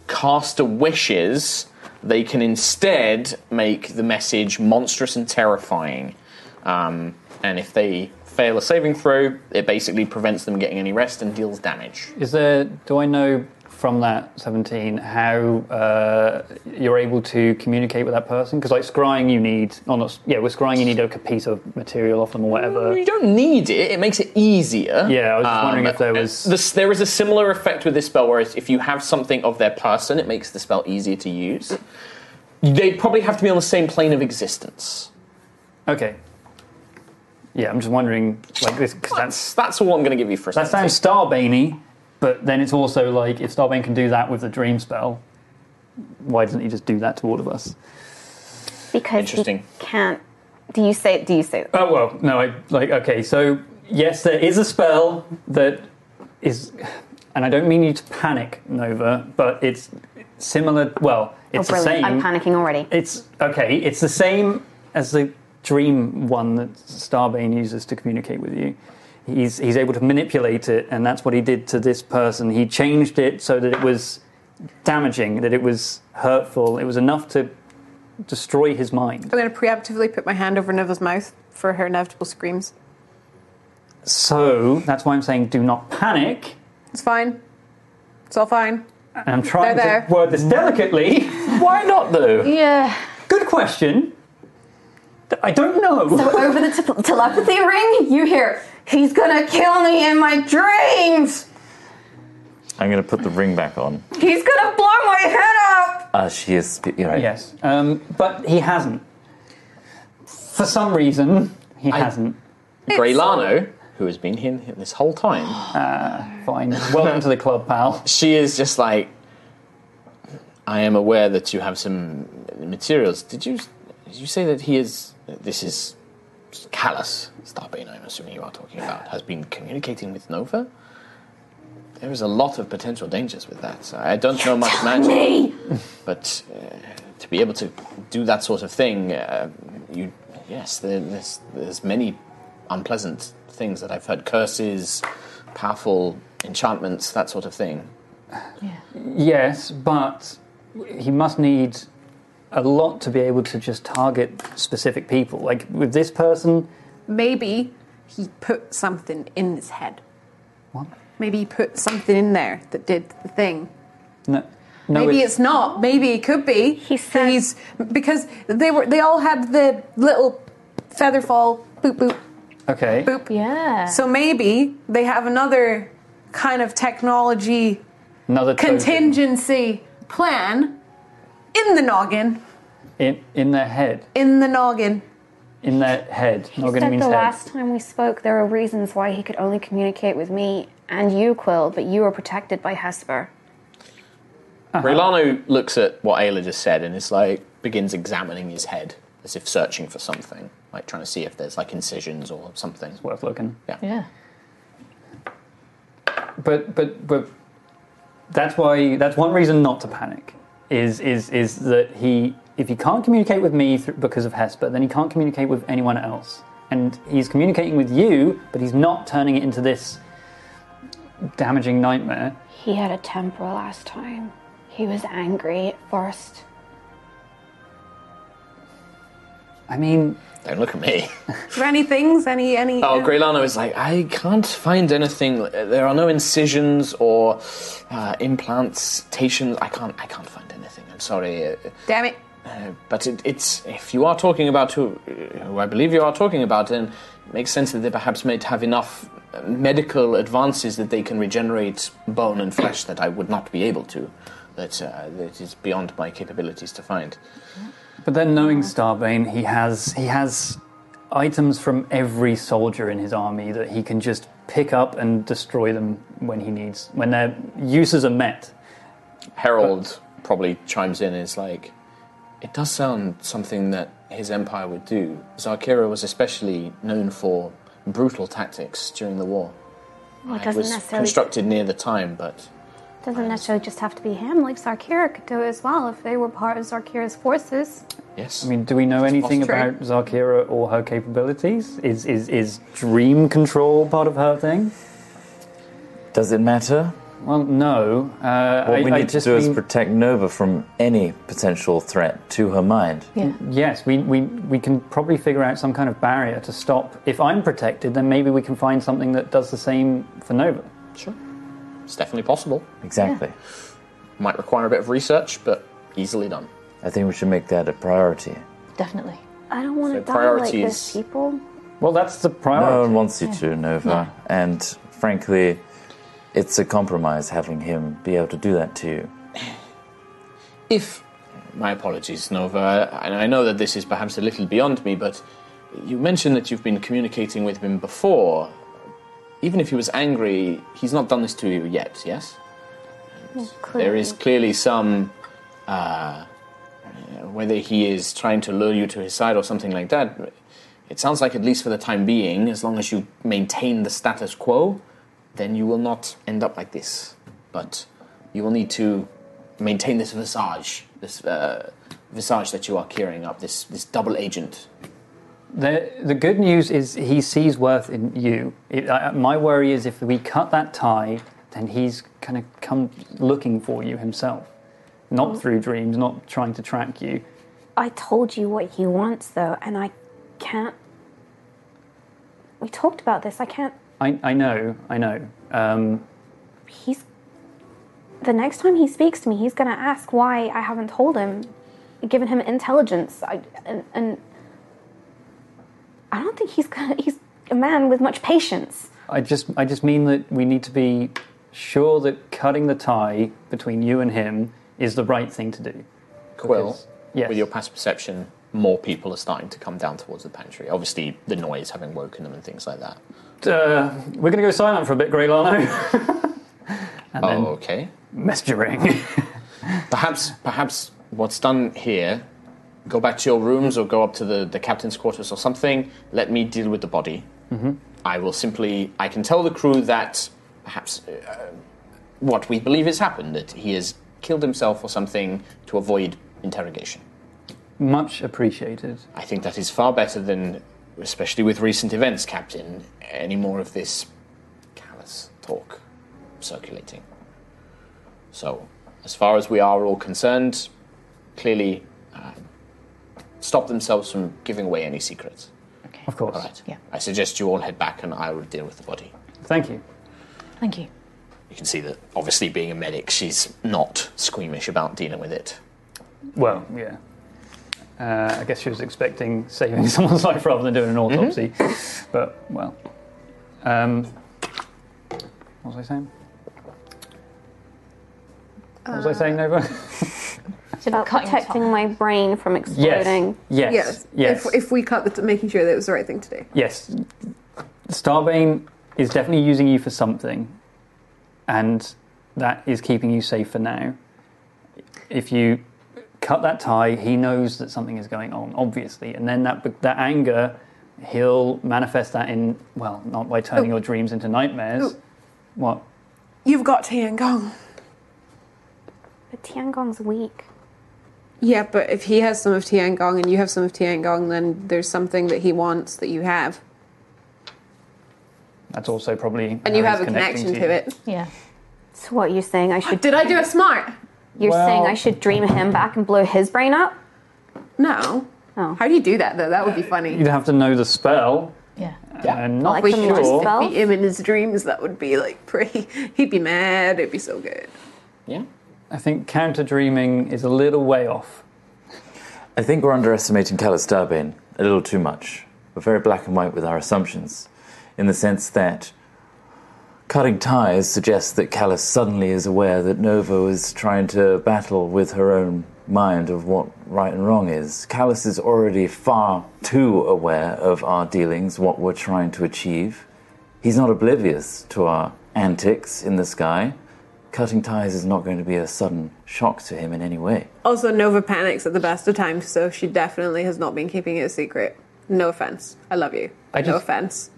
Speaker 6: caster wishes, they can instead make the message monstrous and terrifying. Um, and if they fail a saving throw, it basically prevents them getting any rest and deals damage.
Speaker 7: Is there? Do I know from that seventeen how uh, you're able to communicate with that person? Because like scrying, you need. Oh, not s- yeah. With scrying, you need like a piece of material off them or whatever.
Speaker 6: You don't need it. It makes it easier.
Speaker 7: Yeah, I was just
Speaker 6: Um,
Speaker 7: wondering if there was.
Speaker 6: This, there is a similar effect with this spell, whereas if you have something of their person, it makes the spell easier to use. They probably have to be on the same plane of existence.
Speaker 7: Okay. Yeah, I'm just wondering like this because that's
Speaker 6: that's all I'm going to give you for. A
Speaker 7: that sounds Starbaney, but then it's also like if Starbane can do that with the dream spell, why doesn't he just do that to all of us?
Speaker 8: Because
Speaker 7: Interesting.
Speaker 8: He can't. Do you say? Do you say?
Speaker 7: Oh well, no, I like okay. So yes, there is a spell that is, and I don't mean you to panic, Nova, but it's similar. Well, it's
Speaker 8: oh,
Speaker 7: the same.
Speaker 8: brilliant! I'm panicking already.
Speaker 7: It's okay. It's the same as the dream one that Starbane uses to communicate with you. He's he's able to manipulate it, and that's what he did to this person. He changed it so that it was damaging, that it was hurtful. It was enough to destroy his mind.
Speaker 10: I'm going to preemptively put my hand over Neva's mouth for her inevitable screams.
Speaker 7: So that's why I'm saying do not panic.
Speaker 10: It's fine. It's all fine.
Speaker 7: And I'm trying
Speaker 10: They're
Speaker 7: to word this delicately. Why not though?
Speaker 10: Yeah.
Speaker 7: Good question. Th- I don't know.
Speaker 8: So over the te- telepathy ring, you hear, "He's gonna kill me in my dreams.
Speaker 3: I'm going to put the ring back on.
Speaker 8: He's gonna blow my head up."
Speaker 3: Ah, she is. You're right.
Speaker 7: Yes, um, but he hasn't. For some reason, he hasn't.
Speaker 6: Greylano, who has been here this whole time.
Speaker 7: Uh, fine. Welcome to the club, pal.
Speaker 6: She is just like, I am aware that you have some materials. Did you did you say that he is? This is Callus Starbane, I'm assuming you are talking about, has been communicating with Nova. There is a lot of potential dangers with that. I don't know much magic, but uh, to be able to do that sort of thing, uh, you yes, there, there's, there's many unpleasant things that I've heard: curses, powerful enchantments, that sort of thing.
Speaker 7: Yes, but he must need a lot to be able to just target specific people. Like with this person,
Speaker 10: Maybe he put something in his head. What? Maybe he put something in there that did the thing.
Speaker 7: no, no
Speaker 10: Maybe it's, not. Maybe it could be. He said he's because they were they all had the little feather fall boop boop
Speaker 7: okay.
Speaker 10: boop. Yeah. So maybe they have another kind of technology
Speaker 7: Another token
Speaker 10: contingency plan in the noggin.
Speaker 7: in, in their head,
Speaker 10: In the noggin.
Speaker 7: in their head. Not
Speaker 8: He
Speaker 7: gonna
Speaker 8: said
Speaker 7: mean
Speaker 8: the
Speaker 7: head.
Speaker 8: last time we spoke, there were reasons why he could only communicate with me and you, Quill, but you were protected by Hesper.
Speaker 6: Rilano looks at what Ayla just said and is like begins examining his head as if searching for something, like trying to see if there's like incisions or something. It's
Speaker 7: worth looking.
Speaker 6: Yeah.
Speaker 11: Yeah.
Speaker 7: but but but that's why that's one reason not to panic is is is that he if he can't communicate with me thr because of Hesper, then he can't communicate with anyone else, and he's communicating with you, but he's not turning it into this damaging nightmare.
Speaker 8: He had a temper last time. He was angry at first.
Speaker 7: I mean,
Speaker 6: don't look at me.
Speaker 10: Is there any things? Any any?
Speaker 6: Oh, Greylano is like, I can't find anything. There are no incisions or uh, implantations. I can't. I can't find anything. I'm sorry. Uh,
Speaker 10: Damn it!
Speaker 6: Uh, but it, it's if you are talking about who, who I believe you are talking about, then it makes sense that they perhaps may have enough uh, medical advances that they can regenerate bone and flesh that I would not be able to. That uh, that is beyond my capabilities to find.
Speaker 7: But then, knowing Starbane, he has he has items from every soldier in his army that he can just pick up and destroy them when he needs when their uses are met.
Speaker 6: Harold probably chimes in and is like, it does sound something that his empire would do. Zarkira was especially known for brutal tactics during the war.
Speaker 8: Well, it
Speaker 6: it
Speaker 8: doesn't
Speaker 6: was
Speaker 8: necessarily
Speaker 6: constructed near the time, but
Speaker 8: doesn't necessarily just have to be him. Like Sarkira could do it as well if they were part of Sarkira's forces.
Speaker 6: yes.
Speaker 7: I mean, do we know anything
Speaker 8: possible.
Speaker 7: about Zarkira or her capabilities? Is is is dream control part of her thing?
Speaker 3: Does it matter?
Speaker 7: Well, no. Uh,
Speaker 3: What
Speaker 7: I,
Speaker 3: we
Speaker 7: I
Speaker 3: need to
Speaker 7: just
Speaker 3: do is
Speaker 7: mean-
Speaker 3: protect Nova from any potential threat to her mind.
Speaker 7: Yes, we, we, we can probably figure out some kind of barrier to stop. If I'm protected, then maybe we can find something that does the same for Nova.
Speaker 6: Sure. It's definitely possible.
Speaker 3: Exactly.
Speaker 6: Might require a bit of research, but easily done.
Speaker 3: I think we should make that a priority.
Speaker 11: Definitely.
Speaker 8: I don't want
Speaker 6: So
Speaker 8: to die like
Speaker 3: priorities-
Speaker 8: those people.
Speaker 7: Well, that's the priority.
Speaker 3: No one wants you to, Nova. And frankly, it's a compromise having him be able to do that to you.
Speaker 6: If my apologies, Nova, and I know that this is perhaps a little beyond me, but you mentioned that you've been communicating with him before. Even if he was angry, he's not done this to you yet, yes? There is clearly some, uh, uh, whether he is trying to lure you to his side or something like that. It sounds like, at least for the time being, as long as you maintain the status quo, then you will not end up like this. But you will need to maintain this visage, this uh, visage that you are carrying up, this this double agent.
Speaker 7: The, the good news is he sees worth in you. It, I, my worry is if we cut that tie, then he's going to come looking for you himself. Not through dreams, not trying to track you.
Speaker 8: I told you what he wants, though, and I can't. We talked about this. I can't.
Speaker 7: I, I know, I know. Um,
Speaker 8: He's. The next time he speaks to me, he's going to ask why I haven't told him, given him intelligence. I, and, and I don't think he's going to. He's a man with much patience.
Speaker 7: I just, I just mean that we need to be sure that cutting the tie between you and him is the right thing to do.
Speaker 6: Quill,
Speaker 7: Because- yes.
Speaker 6: with your past perception, more people are starting to come down towards the pantry. Obviously, the noise having woken them and things like that.
Speaker 7: Uh, we're going to go silent for a bit, Grey Lano.
Speaker 6: oh, okay.
Speaker 7: Messenger ring.
Speaker 6: Perhaps, perhaps what's done here Go back to your rooms or go up to the, the captain's quarters or something. Let me deal with the body.
Speaker 7: Mm-hmm.
Speaker 6: I will simply. I can tell the crew that perhaps uh, what we believe has happened, that he has killed himself or something to avoid interrogation.
Speaker 7: Much appreciated.
Speaker 6: I think that is far better than, especially with recent events, Captain, any more of this callous talk circulating. So, as far as we are all concerned, clearly uh, stop themselves from giving away any secrets.
Speaker 7: Of course.
Speaker 6: All right. I suggest you all head back and I will deal with the body.
Speaker 7: Thank you.
Speaker 11: Thank you.
Speaker 6: You can see that, obviously, being a medic, she's not squeamish about dealing with it.
Speaker 7: Well, yeah. Uh, I guess she was expecting saving someone's life rather than doing an
Speaker 6: Mm-hmm.
Speaker 7: autopsy. But, well. Um, what was I saying? What was I saying, Nova?
Speaker 8: It's about protecting my brain from exploding.
Speaker 7: Yes, yes.
Speaker 10: If, if we cut the t- making sure that it was the right thing to do.
Speaker 7: Yes. Starbane is definitely using you for something, and that is keeping you safe for now. If you cut that tie, he knows that something is going on, obviously, and then that that anger, he'll manifest that in well, not by turning
Speaker 10: Oh.
Speaker 7: your dreams into nightmares. What?
Speaker 10: You've got Tiangong.
Speaker 8: But Tiangong's weak.
Speaker 10: Yeah, but if he has some of Tiangong and you have some of Tiangong, then there's something that he wants that you have.
Speaker 7: That's also probably
Speaker 10: And you
Speaker 7: how
Speaker 10: have a
Speaker 7: he's connecting
Speaker 10: connection to,
Speaker 7: you.
Speaker 10: it.
Speaker 11: Yeah.
Speaker 8: So what you're saying I should
Speaker 10: Did I do a smart?
Speaker 8: You're
Speaker 10: Well-
Speaker 8: saying I should dream him back and blow his brain up?
Speaker 10: No.
Speaker 8: Oh.
Speaker 10: How do you do that though? That would be funny.
Speaker 7: You'd have to know the spell.
Speaker 11: Yeah.
Speaker 7: And not
Speaker 10: we
Speaker 7: sure.
Speaker 10: could just meet him in his dreams. That would be like pretty. He'd be mad. It'd be so good.
Speaker 7: I think counter dreaming is a little way off.
Speaker 3: I think we're underestimating Callus Starbane a little too much. We're very black and white with our assumptions, in the sense that cutting ties suggests that Callus suddenly is aware that Novo is trying to battle with her own mind of what right and wrong is. Callus is already far too aware of our dealings, what we're trying to achieve. He's not oblivious to our antics in the sky. Cutting ties is not going to be a sudden shock to him in any way.
Speaker 10: Also, Nova panics at the best of times, so she definitely has not been keeping it a secret. No offense. I love you.
Speaker 7: I
Speaker 10: no
Speaker 7: just-
Speaker 10: offense.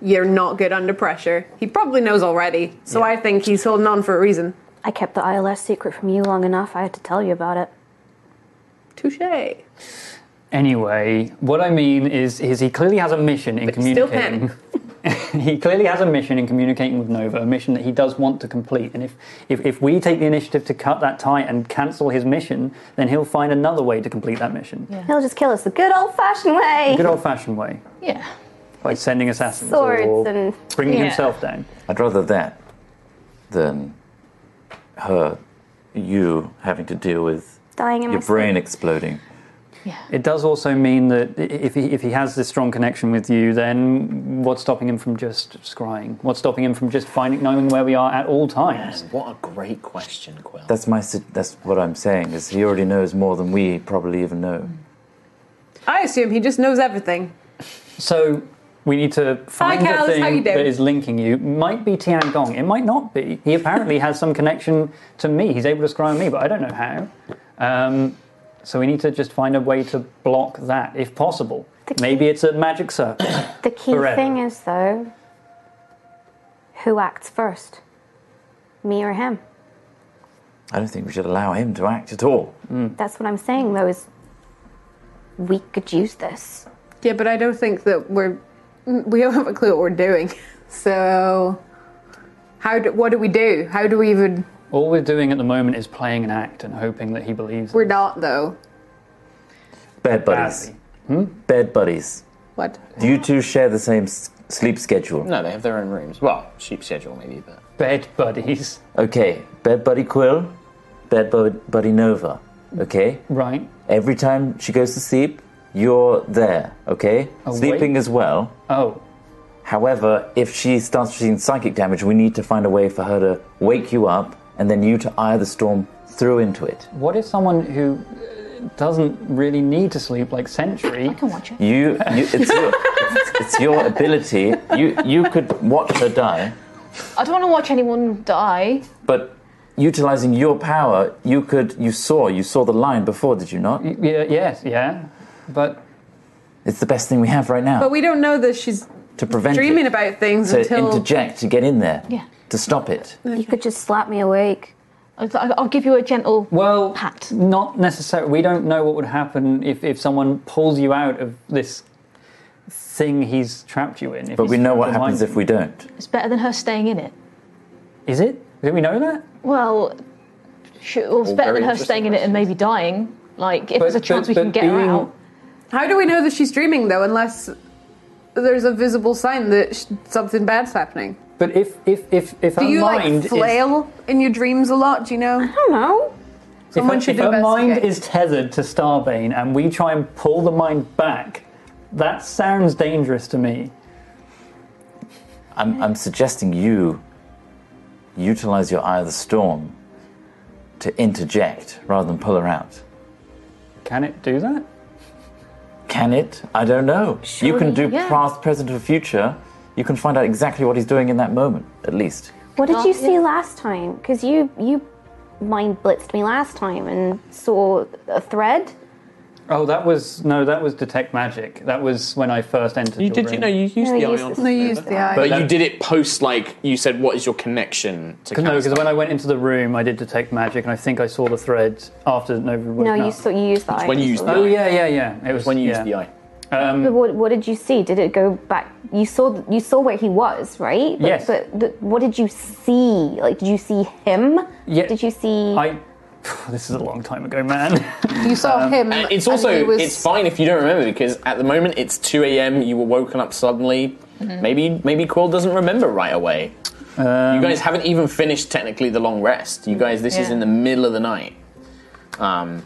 Speaker 10: You're not good under pressure. He probably knows already, so I think he's holding on for a reason.
Speaker 8: I kept the ILS secret from you long enough. I had to tell you about it.
Speaker 10: Touche.
Speaker 7: Anyway, what I mean is, is he clearly has a mission in
Speaker 10: still
Speaker 7: communicating. he clearly has a mission in communicating with Nova, a mission that he does want to complete. And if, if, if we take the initiative to cut that tie and cancel his mission, then he'll find another way to complete that mission.
Speaker 8: He'll just kill us the good old fashioned way.
Speaker 7: The good old fashioned way,
Speaker 11: Yeah.
Speaker 7: by sending assassins
Speaker 8: Swords
Speaker 7: or
Speaker 8: and.
Speaker 7: bringing
Speaker 8: Yeah.
Speaker 7: himself down.
Speaker 3: I'd rather that than her, you having to deal with
Speaker 8: Dying in
Speaker 3: your
Speaker 8: my
Speaker 3: brain exploding.
Speaker 7: It does also mean that i- if he, if he has this strong connection with you, then what's stopping him from just scrying? What's stopping him from just finding knowing where we are at all times?
Speaker 6: what a great question, Quill.
Speaker 3: That's my. su- That's what I'm saying. Is he already knows more than we probably even know.
Speaker 10: I assume he just knows everything.
Speaker 7: So we need to find
Speaker 10: Cal,
Speaker 7: the
Speaker 10: how you
Speaker 7: thing
Speaker 10: doing?
Speaker 7: that is linking you. Might be Tian Gong. It might not be. He apparently has some connection to me. He's able to scry on me, but I don't know how. Um, so we need to just find a way to block that, if possible. Maybe it's a magic circle.
Speaker 8: The key
Speaker 7: Forever.
Speaker 8: thing is, though, who acts first? Me or him?
Speaker 3: I don't think we should allow him to act at all.
Speaker 8: That's what I'm saying, though, is we could use this.
Speaker 10: Yeah, but I don't think that we're. We don't have a clue what we're doing. So, how? Do, what do we do? How do we even?
Speaker 7: All we're doing at the moment is playing an act and hoping that he believes.
Speaker 10: We're not though.
Speaker 3: Bed buddies. Hmm? Bed buddies.
Speaker 10: What?
Speaker 3: Do you two share the same s- sleep schedule?
Speaker 6: No, they have their own rooms. Well, sheep schedule maybe, but
Speaker 7: Bed buddies.
Speaker 3: Okay, bed buddy Quill, bed bu- buddy Nova. Okay.
Speaker 7: Right.
Speaker 3: Every time she goes to sleep, you're there. Okay.
Speaker 7: Awake?
Speaker 3: Sleeping as well.
Speaker 7: Oh.
Speaker 3: However, if she starts receiving psychic damage, we need to find a way for her to wake you up, and then you to eye the storm through into it.
Speaker 7: What if someone who uh, doesn't really need to sleep, like Sentry? I can
Speaker 11: watch it.
Speaker 3: You, you it's, your, it's, it's your ability. You you could watch her die,
Speaker 11: I don't want to watch anyone die.
Speaker 3: but utilizing your power, you could. You saw. You saw the line before, did you not?
Speaker 7: Yeah, yes, yeah. But
Speaker 3: it's the best thing we have right now
Speaker 10: But we don't know that she's
Speaker 3: to prevent
Speaker 10: dreaming
Speaker 3: it,
Speaker 10: about things
Speaker 3: to
Speaker 10: until.
Speaker 3: interject, to get in there,
Speaker 11: Yeah.
Speaker 3: to stop it.
Speaker 11: You could just slap me awake. I'll give you a gentle
Speaker 7: well, not necessarily. We don't know what would happen if, if someone pulls you out of this thing he's trapped you in. If
Speaker 3: But we
Speaker 7: he's
Speaker 3: know what
Speaker 7: trapped in
Speaker 3: happens
Speaker 7: mind.
Speaker 3: if we don't.
Speaker 11: It's better than her staying in it.
Speaker 7: Is it? Do we know that?
Speaker 11: Well, sh- well it's
Speaker 7: All
Speaker 11: better than
Speaker 7: very
Speaker 11: her
Speaker 7: interesting
Speaker 11: staying in it and maybe dying. Like, if there's a chance we can get her out.
Speaker 10: How do we know that she's dreaming though, unless there's a visible sign that sh- something bad's happening?
Speaker 7: But if if if if
Speaker 10: do
Speaker 7: her
Speaker 10: you
Speaker 7: mind
Speaker 10: like flail in your dreams a lot? Do you know? I
Speaker 8: don't know.
Speaker 7: is,
Speaker 10: Someone
Speaker 7: if,
Speaker 10: should
Speaker 7: if her mind
Speaker 10: investigate.
Speaker 7: is tethered to Starbane and we try and pull the mind back, that sounds dangerous to me.
Speaker 8: Mm-hmm.
Speaker 3: I'm, I'm suggesting you utilize your eye of the storm to interject rather than pull her out.
Speaker 7: Can it do that?
Speaker 3: Can it? I don't know. you can do
Speaker 8: Surely, yeah.
Speaker 3: past, present, or future. You can find out exactly what he's doing in that moment, at least.
Speaker 8: What did
Speaker 11: Oh,
Speaker 8: you see
Speaker 11: yeah.
Speaker 8: last time? Because you you mind blitzed me last time and saw a thread.
Speaker 7: Oh, that was no, that was detect magic. That was when I first entered.
Speaker 6: You
Speaker 7: your
Speaker 6: did, you
Speaker 7: room.
Speaker 6: know, you used
Speaker 8: No,
Speaker 6: the
Speaker 8: you
Speaker 6: eye
Speaker 8: used
Speaker 6: on.
Speaker 8: the-
Speaker 10: you used the eye.
Speaker 6: But you did it post, like you said. What is your connection to?
Speaker 7: Cause no,
Speaker 6: Camelot?
Speaker 7: because when I went into the room, I did detect magic, and I think I saw the thread after Nova. woke
Speaker 8: No, you
Speaker 7: up.
Speaker 8: saw you used that.
Speaker 7: when you used the Oh, eye. yeah, yeah, yeah. It was
Speaker 6: when you
Speaker 7: yeah.
Speaker 6: used the eye.
Speaker 8: But what, what did you see? Did it go back? You saw you saw where he was, right? But,
Speaker 7: Yes.
Speaker 8: But the, what did you see? Like, did you see him?
Speaker 7: Yeah.
Speaker 8: Did you see?
Speaker 7: I. This is a long time ago, man.
Speaker 10: You saw him.
Speaker 6: And it's
Speaker 10: and
Speaker 6: also
Speaker 10: he was-
Speaker 6: it's fine if you don't remember because at the moment it's two a.m. You were woken up suddenly. Maybe maybe Quill doesn't remember right away. you guys haven't even finished technically the long rest. You guys, this is
Speaker 11: Yeah.
Speaker 6: in the middle of the night. Um,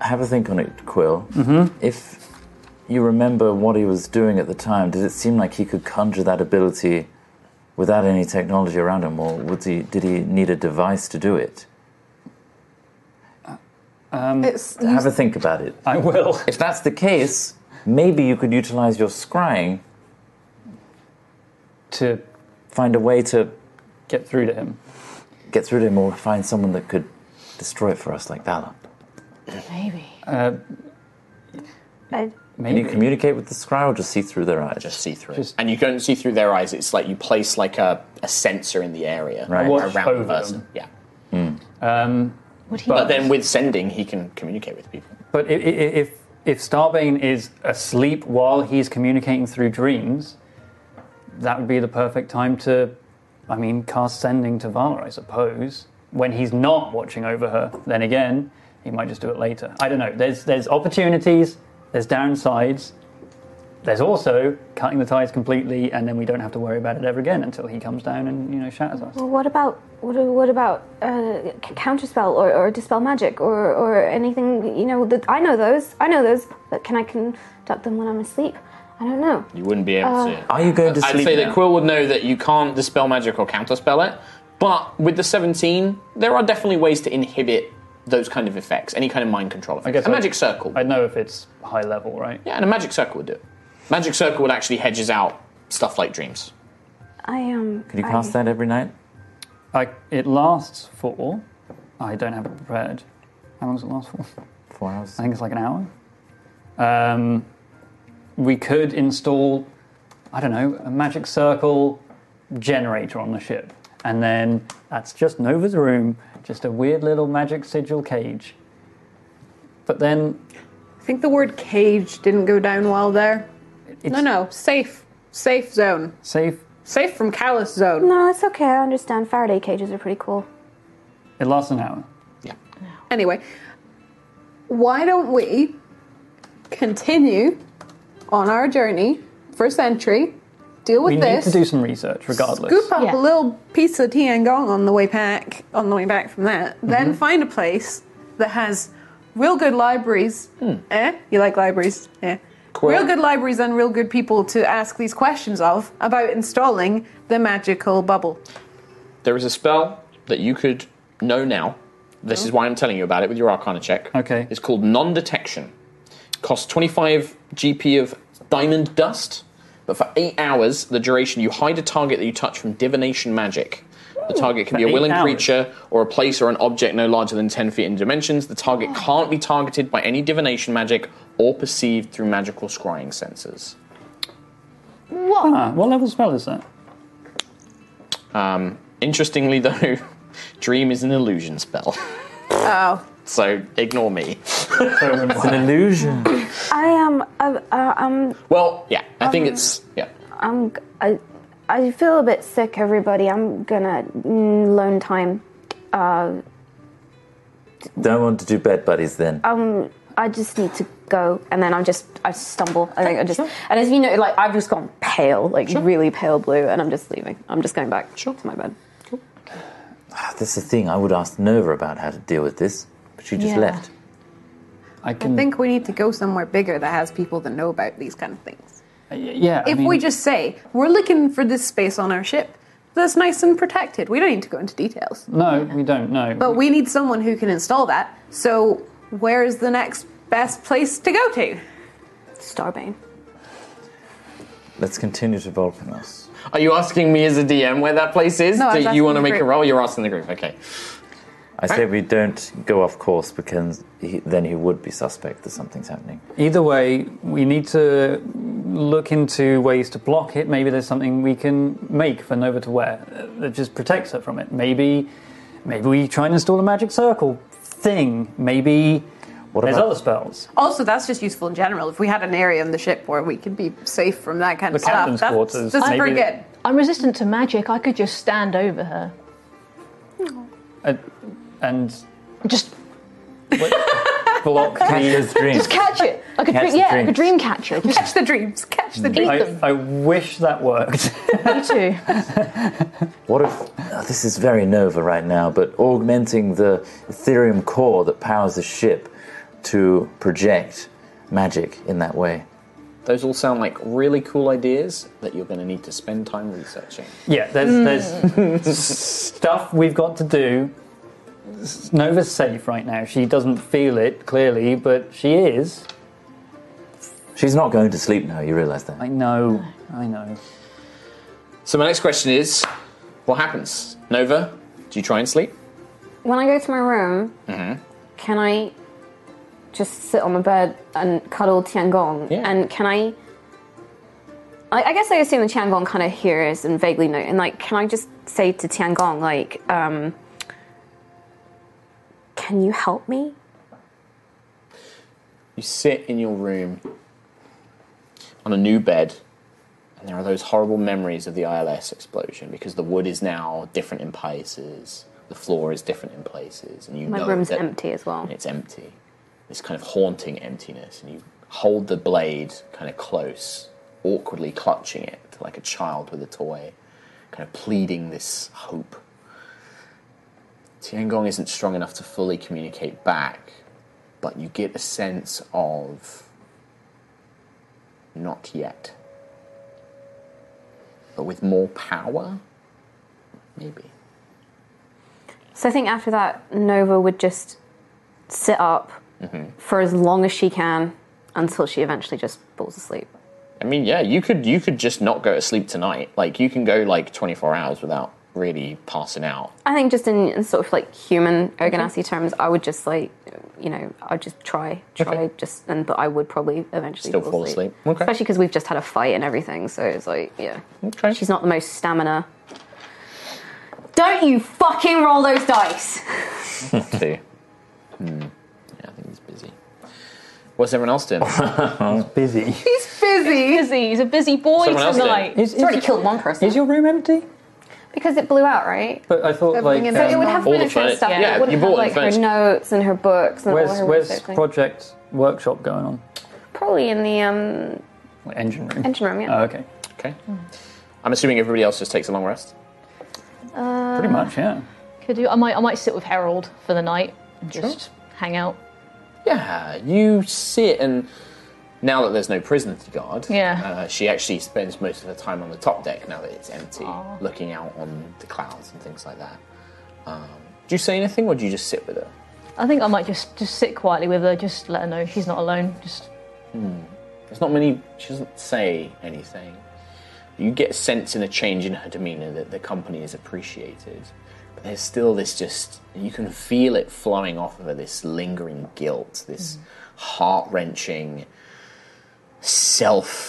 Speaker 3: Have a think on it, Quill. Mm-hmm. If you remember what he was doing at the time, did it seem like he could conjure that ability without any technology around him, or would he, did he need a device to do it?
Speaker 7: Um,
Speaker 10: it's,
Speaker 3: Have a think about it.
Speaker 7: I will.
Speaker 3: If that's the case, maybe you could utilize your scrying
Speaker 7: to
Speaker 3: find a way to
Speaker 7: get through to him.
Speaker 3: Get through to him, or find someone that could destroy it for us, like Valor.
Speaker 11: Maybe.
Speaker 7: Uh,
Speaker 8: I,
Speaker 3: Can you communicate with the scry, or just see through their eyes? Just
Speaker 6: see through. and you don't see through their eyes. It's like you place like a, a sensor in the area
Speaker 3: Right.
Speaker 7: Watch
Speaker 6: around
Speaker 7: over
Speaker 6: the person. Yeah.
Speaker 7: Um,
Speaker 11: Would
Speaker 6: But then with sending, he can communicate with people.
Speaker 7: But i- i- i- if if Starbane is asleep while he's communicating through dreams, that would be the perfect time to, I mean, cast sending to Vala, I suppose. When he's not watching over her, then again, he might just do it later. I don't know. There's there's opportunities. There's downsides. There's also cutting the ties completely, and then we don't have to worry about it ever again until he comes down and you know shatters us.
Speaker 8: well, what about what, a- what about uh, c- counterspell or, or dispel magic or, or anything? You know, that I know those. I know those. But can I conduct them when I'm asleep? I don't know.
Speaker 6: You wouldn't be able
Speaker 8: Uh,
Speaker 6: to.
Speaker 3: Are you going to
Speaker 6: I'd
Speaker 3: sleep
Speaker 6: say
Speaker 3: now?
Speaker 6: that Quill would know that you can't dispel magic or counterspell it, but with the 17, there are definitely ways to inhibit those kind of effects, any kind of mind control effects.
Speaker 7: guess
Speaker 6: a
Speaker 7: I'd-
Speaker 6: magic circle.
Speaker 7: I know if it's high level, right?
Speaker 6: Yeah, and a magic circle would do it. Magic circle would actually hedges out stuff like dreams.
Speaker 8: I um.
Speaker 3: Could you
Speaker 8: I-
Speaker 3: cast that every night?
Speaker 7: I, it lasts for. I don't have it prepared. How long does it last for?
Speaker 3: Four hours.
Speaker 7: I think it's like an hour. Um, we could install, I don't know, a magic circle generator on the ship, and then that's just Nova's room, just a weird little magic sigil cage. But then
Speaker 10: I think the word cage didn't go down well there. no,
Speaker 7: It's-
Speaker 10: no, safe, safe zone,
Speaker 7: safe.
Speaker 10: safe from callous zone.
Speaker 8: No, it's okay. I understand. Faraday cages are pretty cool.
Speaker 7: It lasts an hour.
Speaker 10: Anyway, why don't we continue on our journey for Sentry, deal with
Speaker 7: we
Speaker 10: this,
Speaker 7: need to do some research, regardless.
Speaker 10: scoop up a little piece of Tiangong on the way back, on the way back from that,
Speaker 7: Mm-hmm.
Speaker 10: then find a place that has real good libraries.
Speaker 7: Hmm.
Speaker 10: Eh? You like libraries? Yeah. Real good libraries and real good people to ask these questions of about installing the magical bubble.
Speaker 6: There is a spell that you could know now. This is why I'm telling you about it with your Arcana check.
Speaker 7: Oh. Okay.
Speaker 6: It's called Non Detection. Costs 25 GP of diamond dust, but for eight hours, the duration, you hide a target that you touch from divination magic. The target can be a
Speaker 7: For
Speaker 6: willing
Speaker 7: eight hours.
Speaker 6: creature or a place or an object no larger than 10 feet in dimensions. The target
Speaker 7: Oh.
Speaker 6: can't be targeted by any divination magic or perceived through magical scrying sensors.
Speaker 8: What?
Speaker 7: Ah, what level spell is that?
Speaker 6: Um, interestingly, though, dream is an illusion spell.
Speaker 10: Oh.
Speaker 6: So ignore me.
Speaker 3: it's an illusion.
Speaker 8: I am. Uh, uh, um.
Speaker 6: Well, yeah, I think
Speaker 8: Um,
Speaker 6: it's yeah.
Speaker 8: I'm. I, I feel a bit sick, everybody. I'm gonna mm, loan time. Uh,
Speaker 3: Don't want to do bed buddies then.
Speaker 8: um, I just need to go, and then I'm just, I stumble. I think I just, and as you know, like I've just gone pale, like really pale blue, and I'm just leaving. I'm just going back to my bed.
Speaker 3: Ah, That's the thing. I would ask Nova about how to deal with this, but she just
Speaker 10: Yeah.
Speaker 3: left.
Speaker 7: I
Speaker 10: I think we need to go somewhere bigger that has people that know about these kind of things.
Speaker 7: yeah.
Speaker 10: if we just say we're looking for this space on our ship that's nice and protected, we don't need to go into details.
Speaker 7: No, we don't know.
Speaker 10: But we need someone who can install that. So where is the next best place to go to?
Speaker 8: Starbane.
Speaker 3: Let's continue to Volcanos.
Speaker 6: Are you asking me as a DM where that place is?
Speaker 10: No, I was
Speaker 6: Do
Speaker 10: asking
Speaker 6: you want
Speaker 10: the
Speaker 6: to make a
Speaker 10: group.
Speaker 6: roll? You're asking the group. Okay.
Speaker 3: I say we don't go off course because he, then he would be suspect that something's happening.
Speaker 7: Either way, we need to look into ways to block it. Maybe there's something we can make for Nova to wear uh, that just protects her from it. Maybe, maybe we try and install a magic circle thing. Maybe there's
Speaker 10: about-
Speaker 7: other spells.
Speaker 10: Also, that's just useful in general. If we had an area on the ship where we could be safe from that kind
Speaker 7: The
Speaker 10: of stuff,
Speaker 7: captain's
Speaker 10: that's,
Speaker 7: quarters,
Speaker 10: that's
Speaker 7: maybe-
Speaker 10: pretty good.
Speaker 11: I'm resistant to magic. I could just stand over her.
Speaker 7: And, and
Speaker 11: just
Speaker 7: block
Speaker 3: the dreams.
Speaker 11: Just catch it. I could
Speaker 7: Catch
Speaker 11: dream,
Speaker 7: the
Speaker 11: yeah, like
Speaker 7: dreams.
Speaker 11: a
Speaker 7: Mm.
Speaker 11: dream catcher. Just
Speaker 10: catch the dreams. Catch the
Speaker 7: I, I wish that worked.
Speaker 11: Me too.
Speaker 3: What if oh, this is very Nova right now, but augmenting the Ethereum core that powers the ship to project magic in that way?
Speaker 6: Those all sound like really cool ideas that you're going to need to spend time researching.
Speaker 7: Yeah, there's,
Speaker 10: Hmm.
Speaker 7: there's stuff we've got to do. S- Nova's safe right now. She doesn't feel it clearly, but she is.
Speaker 3: She's not going to sleep now, you realize that.
Speaker 7: I know, I know.
Speaker 6: So my next question is, what happens, Nova? Do you try and sleep?
Speaker 8: When I go to my room,
Speaker 6: Mm-hmm.
Speaker 8: can I just sit on my bed and cuddle Tiangong? And can I? I, I guess I assume the Tiangong kind of hears and vaguely know. And like, can I just say to Tiangong, like, um, can you help me?
Speaker 6: You sit in your room on a new bed, and there are those horrible memories of the ILS explosion because the wood is now different in places, the floor is different in places, and you
Speaker 8: My
Speaker 6: know
Speaker 8: room's
Speaker 6: that
Speaker 8: empty as well.
Speaker 6: It's empty. This kind of haunting emptiness, and you hold the blade kind of close, awkwardly clutching it like a child with a toy, kind of pleading this hope. Tiangong isn't strong enough to fully communicate back, but you get a sense of not yet. But with more power, maybe.
Speaker 8: So I think after that, Nova would just sit up
Speaker 6: Mm-hmm.
Speaker 8: for as long as she can until she eventually just falls asleep.
Speaker 6: I mean, yeah, you could you could just not go to sleep tonight. Like you can go like 24 hours without really passing out.
Speaker 8: I think just in, in sort of like human
Speaker 6: Mm-hmm.
Speaker 8: ergonassi terms, I would just like, you know, I'd just try, try, just, and but I would probably eventually
Speaker 6: Still fall asleep. Okay.
Speaker 8: Especially because we've just had a fight and everything, so it's like, yeah.
Speaker 6: Okay.
Speaker 8: She's not the most stamina. Don't you fucking roll those dice!
Speaker 6: Two. Hmm. Yeah, I think he's busy. What's everyone else doing? he's
Speaker 7: busy.
Speaker 10: He's busy.
Speaker 11: busy. He's a busy boy
Speaker 6: Someone else did.
Speaker 11: tonight.
Speaker 6: Is-
Speaker 8: It's already killed one person.
Speaker 7: Is your room empty?
Speaker 8: Because it blew out, right?
Speaker 7: But I thought like uh,
Speaker 8: so
Speaker 6: Um,
Speaker 8: it would have furniture and stuff. it would have like her notes and her books and all
Speaker 7: Where's
Speaker 8: her
Speaker 7: where's
Speaker 8: research thing.
Speaker 7: project workshop going on?
Speaker 8: Probably in the um,
Speaker 7: Like, engine room.
Speaker 8: engine room,
Speaker 6: Uh,
Speaker 8: yeah.
Speaker 7: Oh, okay.
Speaker 6: Okay. I'm assuming everybody else just takes a long rest.
Speaker 11: Uh,
Speaker 7: Pretty much, yeah.
Speaker 11: Could do. I might. I might sit with Harold for the night and just hang out.
Speaker 6: Yeah, you sit and now that there's no prison to guard,
Speaker 11: Yeah.
Speaker 6: uh, she actually spends most of her time on the top deck now that it's empty, looking out on the clouds and things like that. Um, do you say anything or do you just sit with her?
Speaker 11: I think I might just just sit quietly with her. Just let her know she's not alone. Just
Speaker 6: Hmm. There's not many. She doesn't say anything. You get a sense in a change in her demeanor that the company is appreciated. But there's still this just, you can feel it flowing off of her, this lingering guilt, this heart wrenching self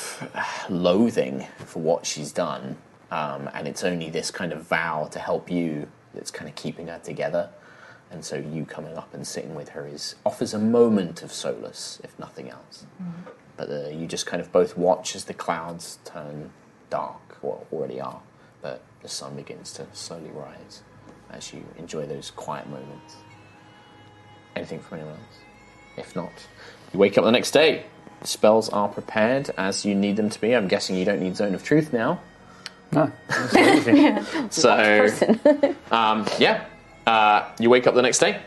Speaker 6: loathing for what she's done. Um, and it's only this kind of vow to help you that's kind of keeping her together. And so you coming up and sitting with her is offers a moment of solace, if nothing else. But uh, you just kind of both watch as the clouds turn dark, or already are, but the sun begins to slowly rise as you enjoy those quiet moments. Anything from anyone else? If not, you wake up the next day. Spells are prepared as you need them to be. I'm guessing you don't need Zone of Truth now.
Speaker 7: No.
Speaker 6: so, um, yeah, uh, you wake up the next day.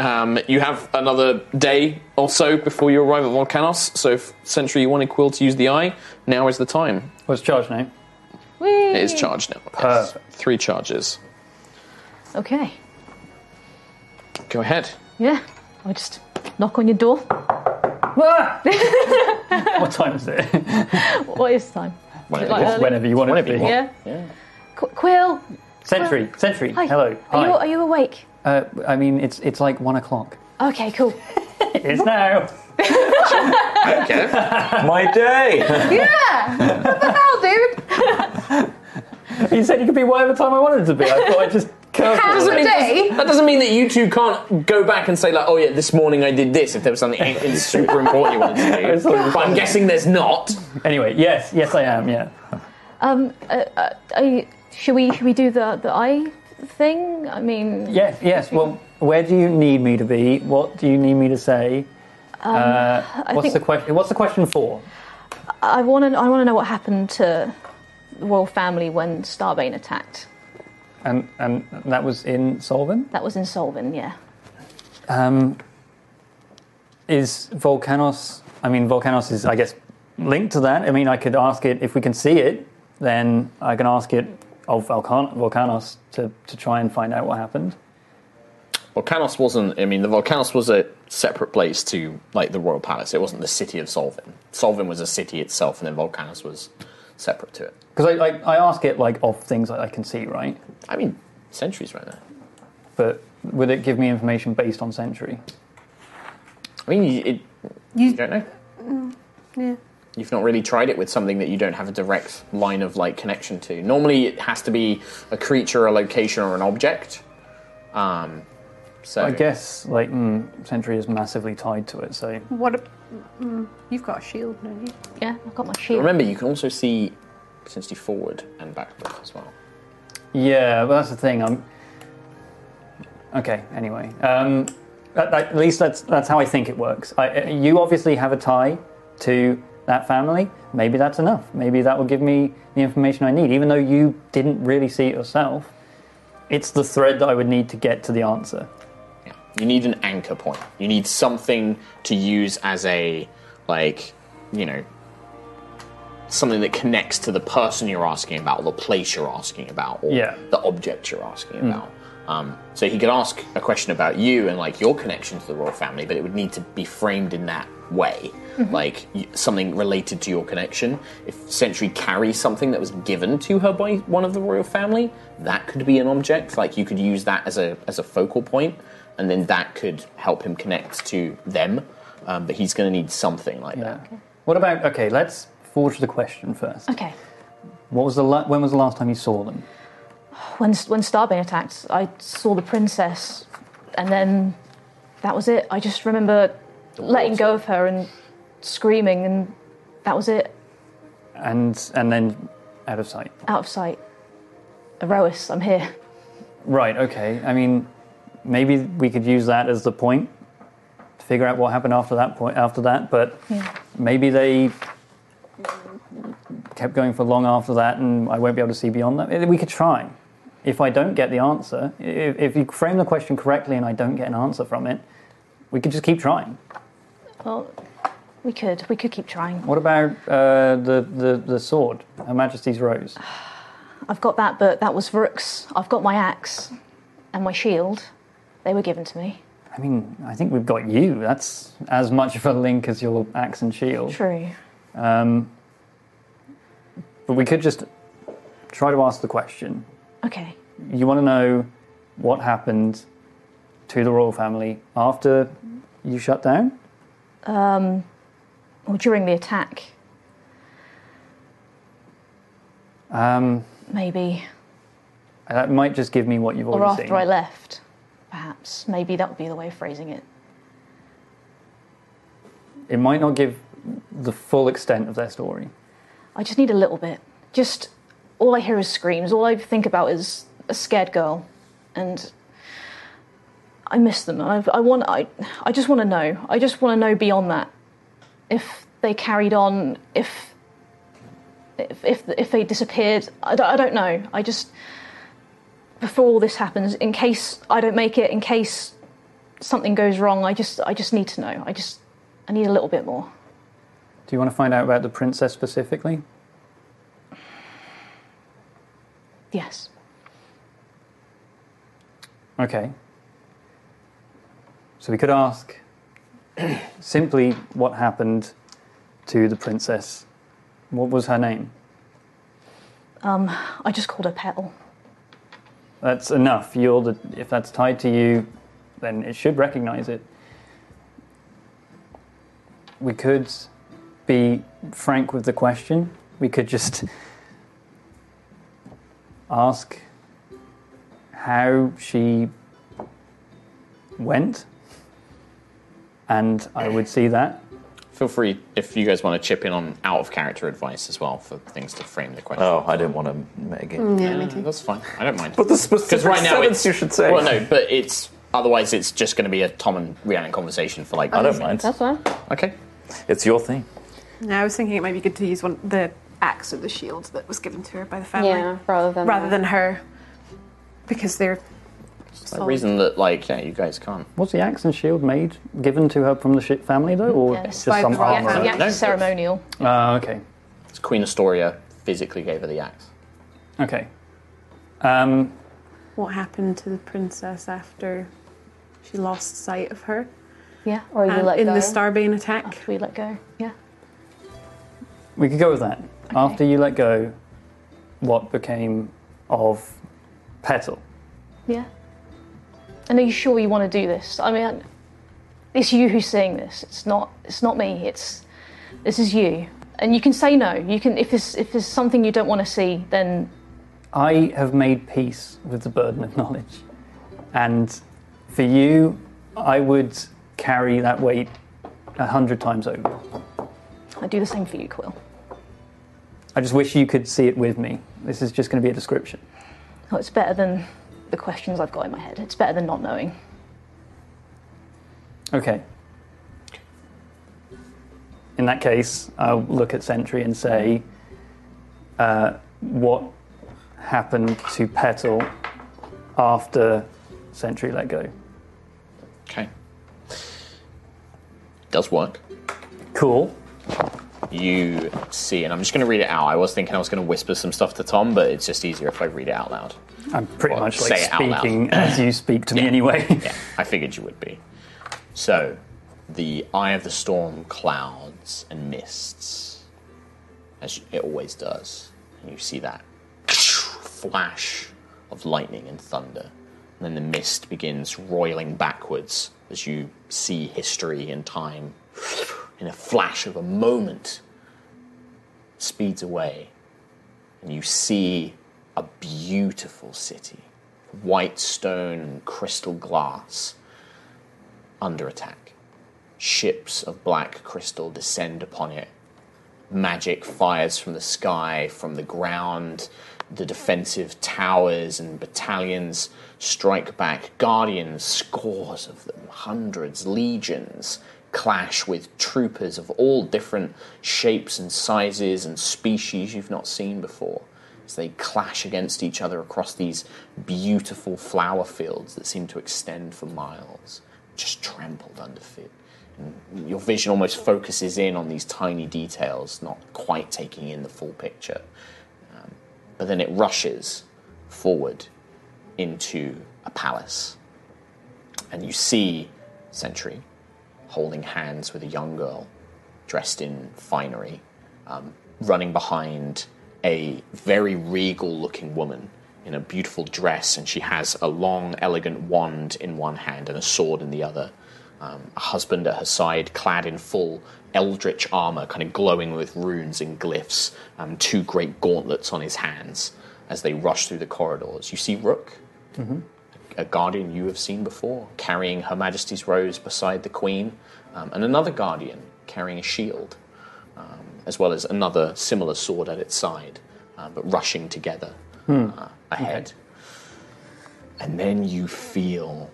Speaker 6: Um, you have another day or so before you arrive at Volcanos. So, if Sentry, you wanted Quill to use the eye, now is the time.
Speaker 7: What's charge name?
Speaker 6: It is charged now. Yes. Three charges.
Speaker 11: Okay.
Speaker 6: Go ahead.
Speaker 11: Yeah. I just knock on your door.
Speaker 7: What time is it?
Speaker 11: what is time?
Speaker 7: Whenever,
Speaker 11: Like early?
Speaker 7: whenever you want it to be.
Speaker 11: Yeah. Qu- Quill.
Speaker 7: Sentry, Sentry,
Speaker 11: Hi.
Speaker 7: hello.
Speaker 11: Are
Speaker 7: Hi.
Speaker 11: you, are you awake?
Speaker 7: Uh, I mean, it's it's like one o'clock.
Speaker 11: Okay, cool.
Speaker 7: It's now.
Speaker 6: okay.
Speaker 3: My day.
Speaker 10: Yeah! what the
Speaker 11: Oh,
Speaker 10: hell, dude?
Speaker 7: you said you could be whatever time I wanted to be. I thought I just curved it.
Speaker 6: That doesn't, mean, that doesn't mean that you two can't go back and say like, oh yeah, this morning I did this. If there was something in- super important you wanted to do, but I'm guessing there's not.
Speaker 7: Anyway, yes, yes, I am. Yeah.
Speaker 11: Um, uh, uh, are you, should we should we do the the eye thing? I mean,
Speaker 7: Yes, yes. Well, where do you need me to be? What do you need me to say?
Speaker 11: Um,
Speaker 7: uh,
Speaker 11: I
Speaker 7: what's
Speaker 11: think-
Speaker 7: the question? What's the question for?
Speaker 11: I want to I want to know what happened to the royal family when Starbane attacked.
Speaker 7: And and that was in Solvin.
Speaker 11: That was in Solvin, yeah.
Speaker 7: Um, is Volcanos? I mean, Volcanos is, I guess, linked to that. I mean, I could ask it if we can see it. Then I can ask it of Volcan- Volcanos to, to try and find out what happened.
Speaker 6: Volcanos wasn't. I mean, the Volcanos was a separate place to like the royal palace. It wasn't the city of Solvin. Solvin was a city itself, and then Volcanos was separate to it.
Speaker 7: Because I, I I ask it like of things that I can see, right?
Speaker 6: I mean, centuries right there.
Speaker 7: But would it give me information based on century?
Speaker 6: I mean, you, it, you, don't know.
Speaker 10: Mm, yeah.
Speaker 6: You've not really tried it with something that you don't have a direct line of like connection to. Normally, it has to be a creature, a location, or an object. Um, so
Speaker 7: I guess like mm, century is massively tied to it. So
Speaker 10: What a. Mm, you've got a shield, don't you?
Speaker 11: Yeah, I've got my shield.
Speaker 6: remember, you can also see potentially forward and backward as well.
Speaker 7: yeah, but that's the thing. I'm okay. Anyway, um, at, at least that's that's how I think it works. I, uh, you obviously have a tie to that family. Maybe that's enough. Maybe that will give me the information I need, even though you didn't really see it yourself. It's the thread that I would need to get to the answer.
Speaker 6: You need an anchor point. You need something to use as a, like, you know, something that connects to the person you're asking about, or the place you're asking about, or
Speaker 7: Yeah.
Speaker 6: the object you're asking
Speaker 7: Mm.
Speaker 6: about. Um, so he could ask a question about you and like your connection to the royal family, but it would need to be framed in that way,
Speaker 12: Mhm.
Speaker 6: like y- something related to your connection. If Sentry carries something that was given to her by one of the royal family, that could be an object. Like you could use that as a as a focal point, and then that could help him connect to them. Um, but he's going to need something like that.
Speaker 7: What about okay? Let's forge the question first.
Speaker 11: Okay.
Speaker 7: What was the la- when was the last time you saw them?
Speaker 11: When when Starbane attacked, I saw the princess, and then that was it. I just remember letting go of her and screaming, and that was it.
Speaker 7: and and then out of sight.
Speaker 11: Out of sight. Erois, I'm here.
Speaker 7: Right. Okay. I mean, maybe we could use that as the point to figure out what happened after that point. After that, but
Speaker 11: Yeah.
Speaker 7: maybe they kept going for long after that, and I won't be able to see beyond that. We could try. If I don't get the answer, i- if, if you frame the question correctly and I don't get an answer from it, we could just keep trying.
Speaker 11: Well, we could we could keep trying.
Speaker 7: What about uh, the, the the sword, Her Majesty's Rose?
Speaker 11: I've got that, but that was Vrook's. I've got my axe and my shield. They were given to me.
Speaker 7: I mean, I think we've got you. That's as much of a link as your axe and shield.
Speaker 11: True.
Speaker 7: Um, but we could just try to ask the question.
Speaker 11: Okay.
Speaker 7: You want to know what happened to the royal family after you shut down?
Speaker 11: Um, or during the attack,
Speaker 7: Um,
Speaker 11: maybe.
Speaker 7: that might just give me what you've
Speaker 11: Or
Speaker 7: already
Speaker 11: after
Speaker 7: seen.
Speaker 11: I left, perhaps. Maybe that would be the way of phrasing it.
Speaker 7: It might not give the full extent of their story.
Speaker 11: I just need a little bit. Just all I hear is screams. All I think about is a scared girl, and I miss them. I, I want. I, I just want to know. I just want to know beyond that. If they carried on, if if if, if they disappeared, I don't, I don't know. I just before all this happens, in case I don't make it, in case something goes wrong, I just I just need to know. I just I need a little bit more.
Speaker 7: Do you want to find out about the princess specifically?
Speaker 11: Yes.
Speaker 7: Okay. So we could ask simply what happened to the princess. What was her name?
Speaker 11: Um, I just called her Petal.
Speaker 7: That's enough. You're the, if that's tied to you, then it should recognize it. We could be frank with the question. We could just ask how she went, and I would see that.
Speaker 6: Feel free if you guys want to chip in on out of character advice as well for things to frame the question.
Speaker 3: Oh, I didn't want to make it.
Speaker 6: Mm, yeah, me too. That's fine. I don't mind.
Speaker 3: But the specific
Speaker 6: Because right now
Speaker 3: sentence
Speaker 6: it's
Speaker 3: you should say.
Speaker 6: Well, no, but it's otherwise it's just going to be a Tom and Rhiannon conversation for like.
Speaker 3: I don't mind.
Speaker 10: That's fine.
Speaker 6: Okay.
Speaker 3: It's your thing.
Speaker 10: No, I was thinking it might be good to use one the axe or the shield that was given to her by the family.
Speaker 8: Yeah, rather than
Speaker 10: rather
Speaker 8: that.
Speaker 10: than her, because they're.
Speaker 6: It's the reason that like yeah, you guys can't.
Speaker 7: Was the axe and shield made given to her from the shi family though, or just
Speaker 11: By
Speaker 7: some
Speaker 11: the axe-
Speaker 7: armor?
Speaker 11: the axe
Speaker 6: No.
Speaker 11: ceremonial.
Speaker 7: Ah, okay.
Speaker 6: It's Queen Astoria physically gave her the axe.
Speaker 7: Okay. Um,
Speaker 10: What happened to the princess after she lost sight of her?
Speaker 11: Yeah, or you
Speaker 10: And
Speaker 11: let
Speaker 10: in
Speaker 11: go. Oh.
Speaker 10: the Starbane attack.
Speaker 11: we let go. Yeah.
Speaker 7: we could go with that. After you let go, what became of Petal?
Speaker 11: Yeah. And are you sure you want to do this? I mean, it's you who's seeing this. It's not. It's not me. It's this is you. And you can say no. You can if this if there's something you don't want to see, then
Speaker 7: I have made peace with the burden of knowledge. And for you, I would carry that weight a hundred times over.
Speaker 11: I do the same for you, Quill.
Speaker 7: I just wish you could see it with me. This is just going to be a description.
Speaker 11: Oh, it's better than the questions I've got in my head. It's better than not knowing.
Speaker 7: Okay. In that case, I'll look at Sentry and say, uh, what happened to Petal after Sentry let go?
Speaker 6: Okay. Does work.
Speaker 7: Cool.
Speaker 6: You see, and I'm just going to read it out. I was thinking I was going to whisper some stuff to Tom, but it's just easier if I read it out loud.
Speaker 7: I'm pretty
Speaker 6: Well,
Speaker 7: much
Speaker 6: say
Speaker 7: like
Speaker 6: it out loud.
Speaker 7: speaking as you speak to me anyway.
Speaker 6: yeah, I figured you would be. So, the eye of the storm clouds and mists, as it always does. And you see that flash of lightning and thunder. And then the mist begins roiling backwards as you see history and time in a flash of a moment speeds away. And you see a beautiful city white stone and crystal glass under attack. Ships of black crystal descend upon it. Magic fires from the sky, from the ground. The defensive towers and battalions strike back. Guardians, scores of them, hundreds, legions, clash with troopers of all different shapes and sizes and species you've not seen before as they clash against each other across these beautiful flower fields that seem to extend for miles, just trampled under feet. And your vision almost focuses in on these tiny details, not quite taking in the full picture. Um, but then it rushes forward into a palace. And you see Sentry holding hands with a young girl dressed in finery, um, running behind a very regal looking woman in a beautiful dress, and she has a long, elegant wand in one hand and a sword in the other. Um, a husband at her side, clad in full eldritch armor, kind of glowing with runes and glyphs, um, two great gauntlets on his hands as they rush through the corridors. You see Rook,
Speaker 7: Mm-hmm.
Speaker 6: a guardian you have seen before, carrying Her Majesty's Rose beside the Queen, um, and another guardian carrying a shield, um, as well as another similar sword at its side, um, but rushing together
Speaker 7: Hmm.
Speaker 6: uh, ahead. And then you feel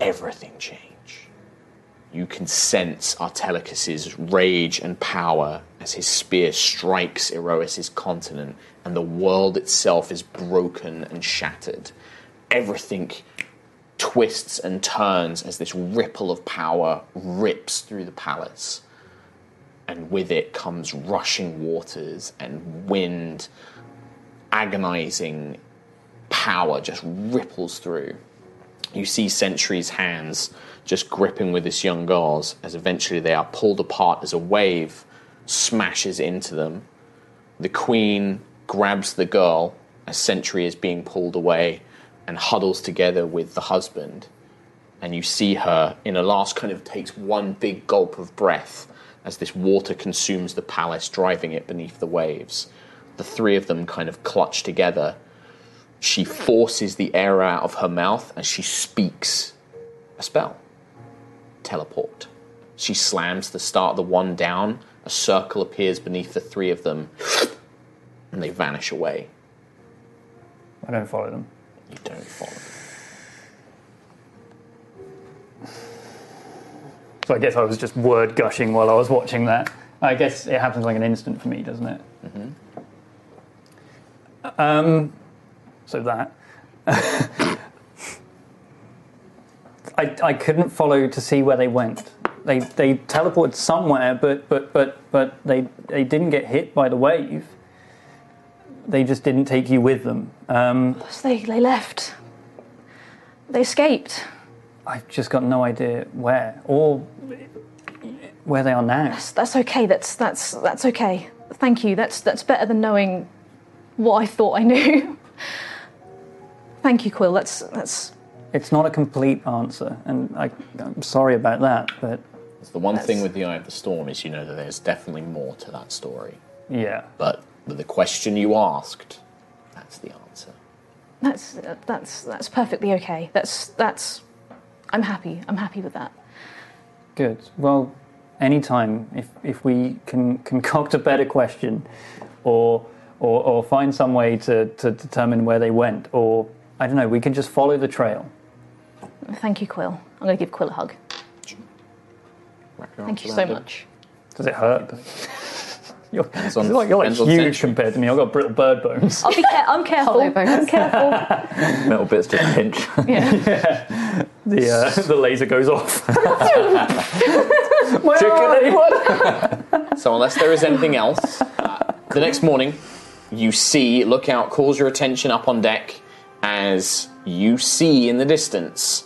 Speaker 6: everything change. You can sense Artelicus's rage and power as his spear strikes Erois's continent, and the world itself is broken and shattered. Everything twists and turns as this ripple of power rips through the palace. And with it comes rushing waters and wind, agonizing power just ripples through. You see Sentry's hands just gripping with this young girl's as eventually they are pulled apart as a wave smashes into them. The queen grabs the girl as Sentry is being pulled away and huddles together with the husband. And you see her in a last kind of takes one big gulp of breath as this water consumes the palace, driving it beneath the waves. The three of them kind of clutch together she forces the air out of her mouth and she speaks a spell teleport she slams the start of the one down a circle appears beneath the three of them and they vanish away
Speaker 7: I don't follow them.
Speaker 6: you don't follow them.
Speaker 7: So I guess I was just word gushing while I was watching that. I guess it happens like an instant for me, doesn't it? Um, so that. I, I couldn't follow to see where they went. They they teleported somewhere, but but but but they they didn't get hit by the wave. They just didn't take you with them. Um,
Speaker 11: So they, they left. They escaped.
Speaker 7: I've just got no idea where or where they are now.
Speaker 11: That's okay. That's that's that's okay. Thank you. That's that's better than knowing what I thought I knew. Thank you, Quill. That's that's
Speaker 7: It's not a complete answer, and I, I'm sorry about that, but
Speaker 6: the one thing with the eye of the storm is you know that there's definitely more to that story
Speaker 7: yeah.
Speaker 6: but with the question you asked that's the answer
Speaker 11: that's that's that's perfectly okay. That's that's. I'm happy. I'm happy with that.
Speaker 7: Good. Well, anytime if if we can concoct a better question, or or, or find some way to, to determine where they went, or I don't know, we can just follow the trail.
Speaker 11: Thank you, Quill. I'm going to give Quill a hug. Thank you so much.
Speaker 7: Does it hurt? You're, it's
Speaker 6: on-
Speaker 7: like, you're like
Speaker 6: depends on Oh.
Speaker 7: huge compared to me. I've got brittle bird bones.
Speaker 11: I'll be care- I'm careful. I'm careful.
Speaker 7: Metal bits just pinch.
Speaker 11: Yeah.
Speaker 7: The uh, the laser goes off.
Speaker 6: So, unless there is anything else, uh, the next morning you see, look out, calls your attention up on deck as you see in the distance.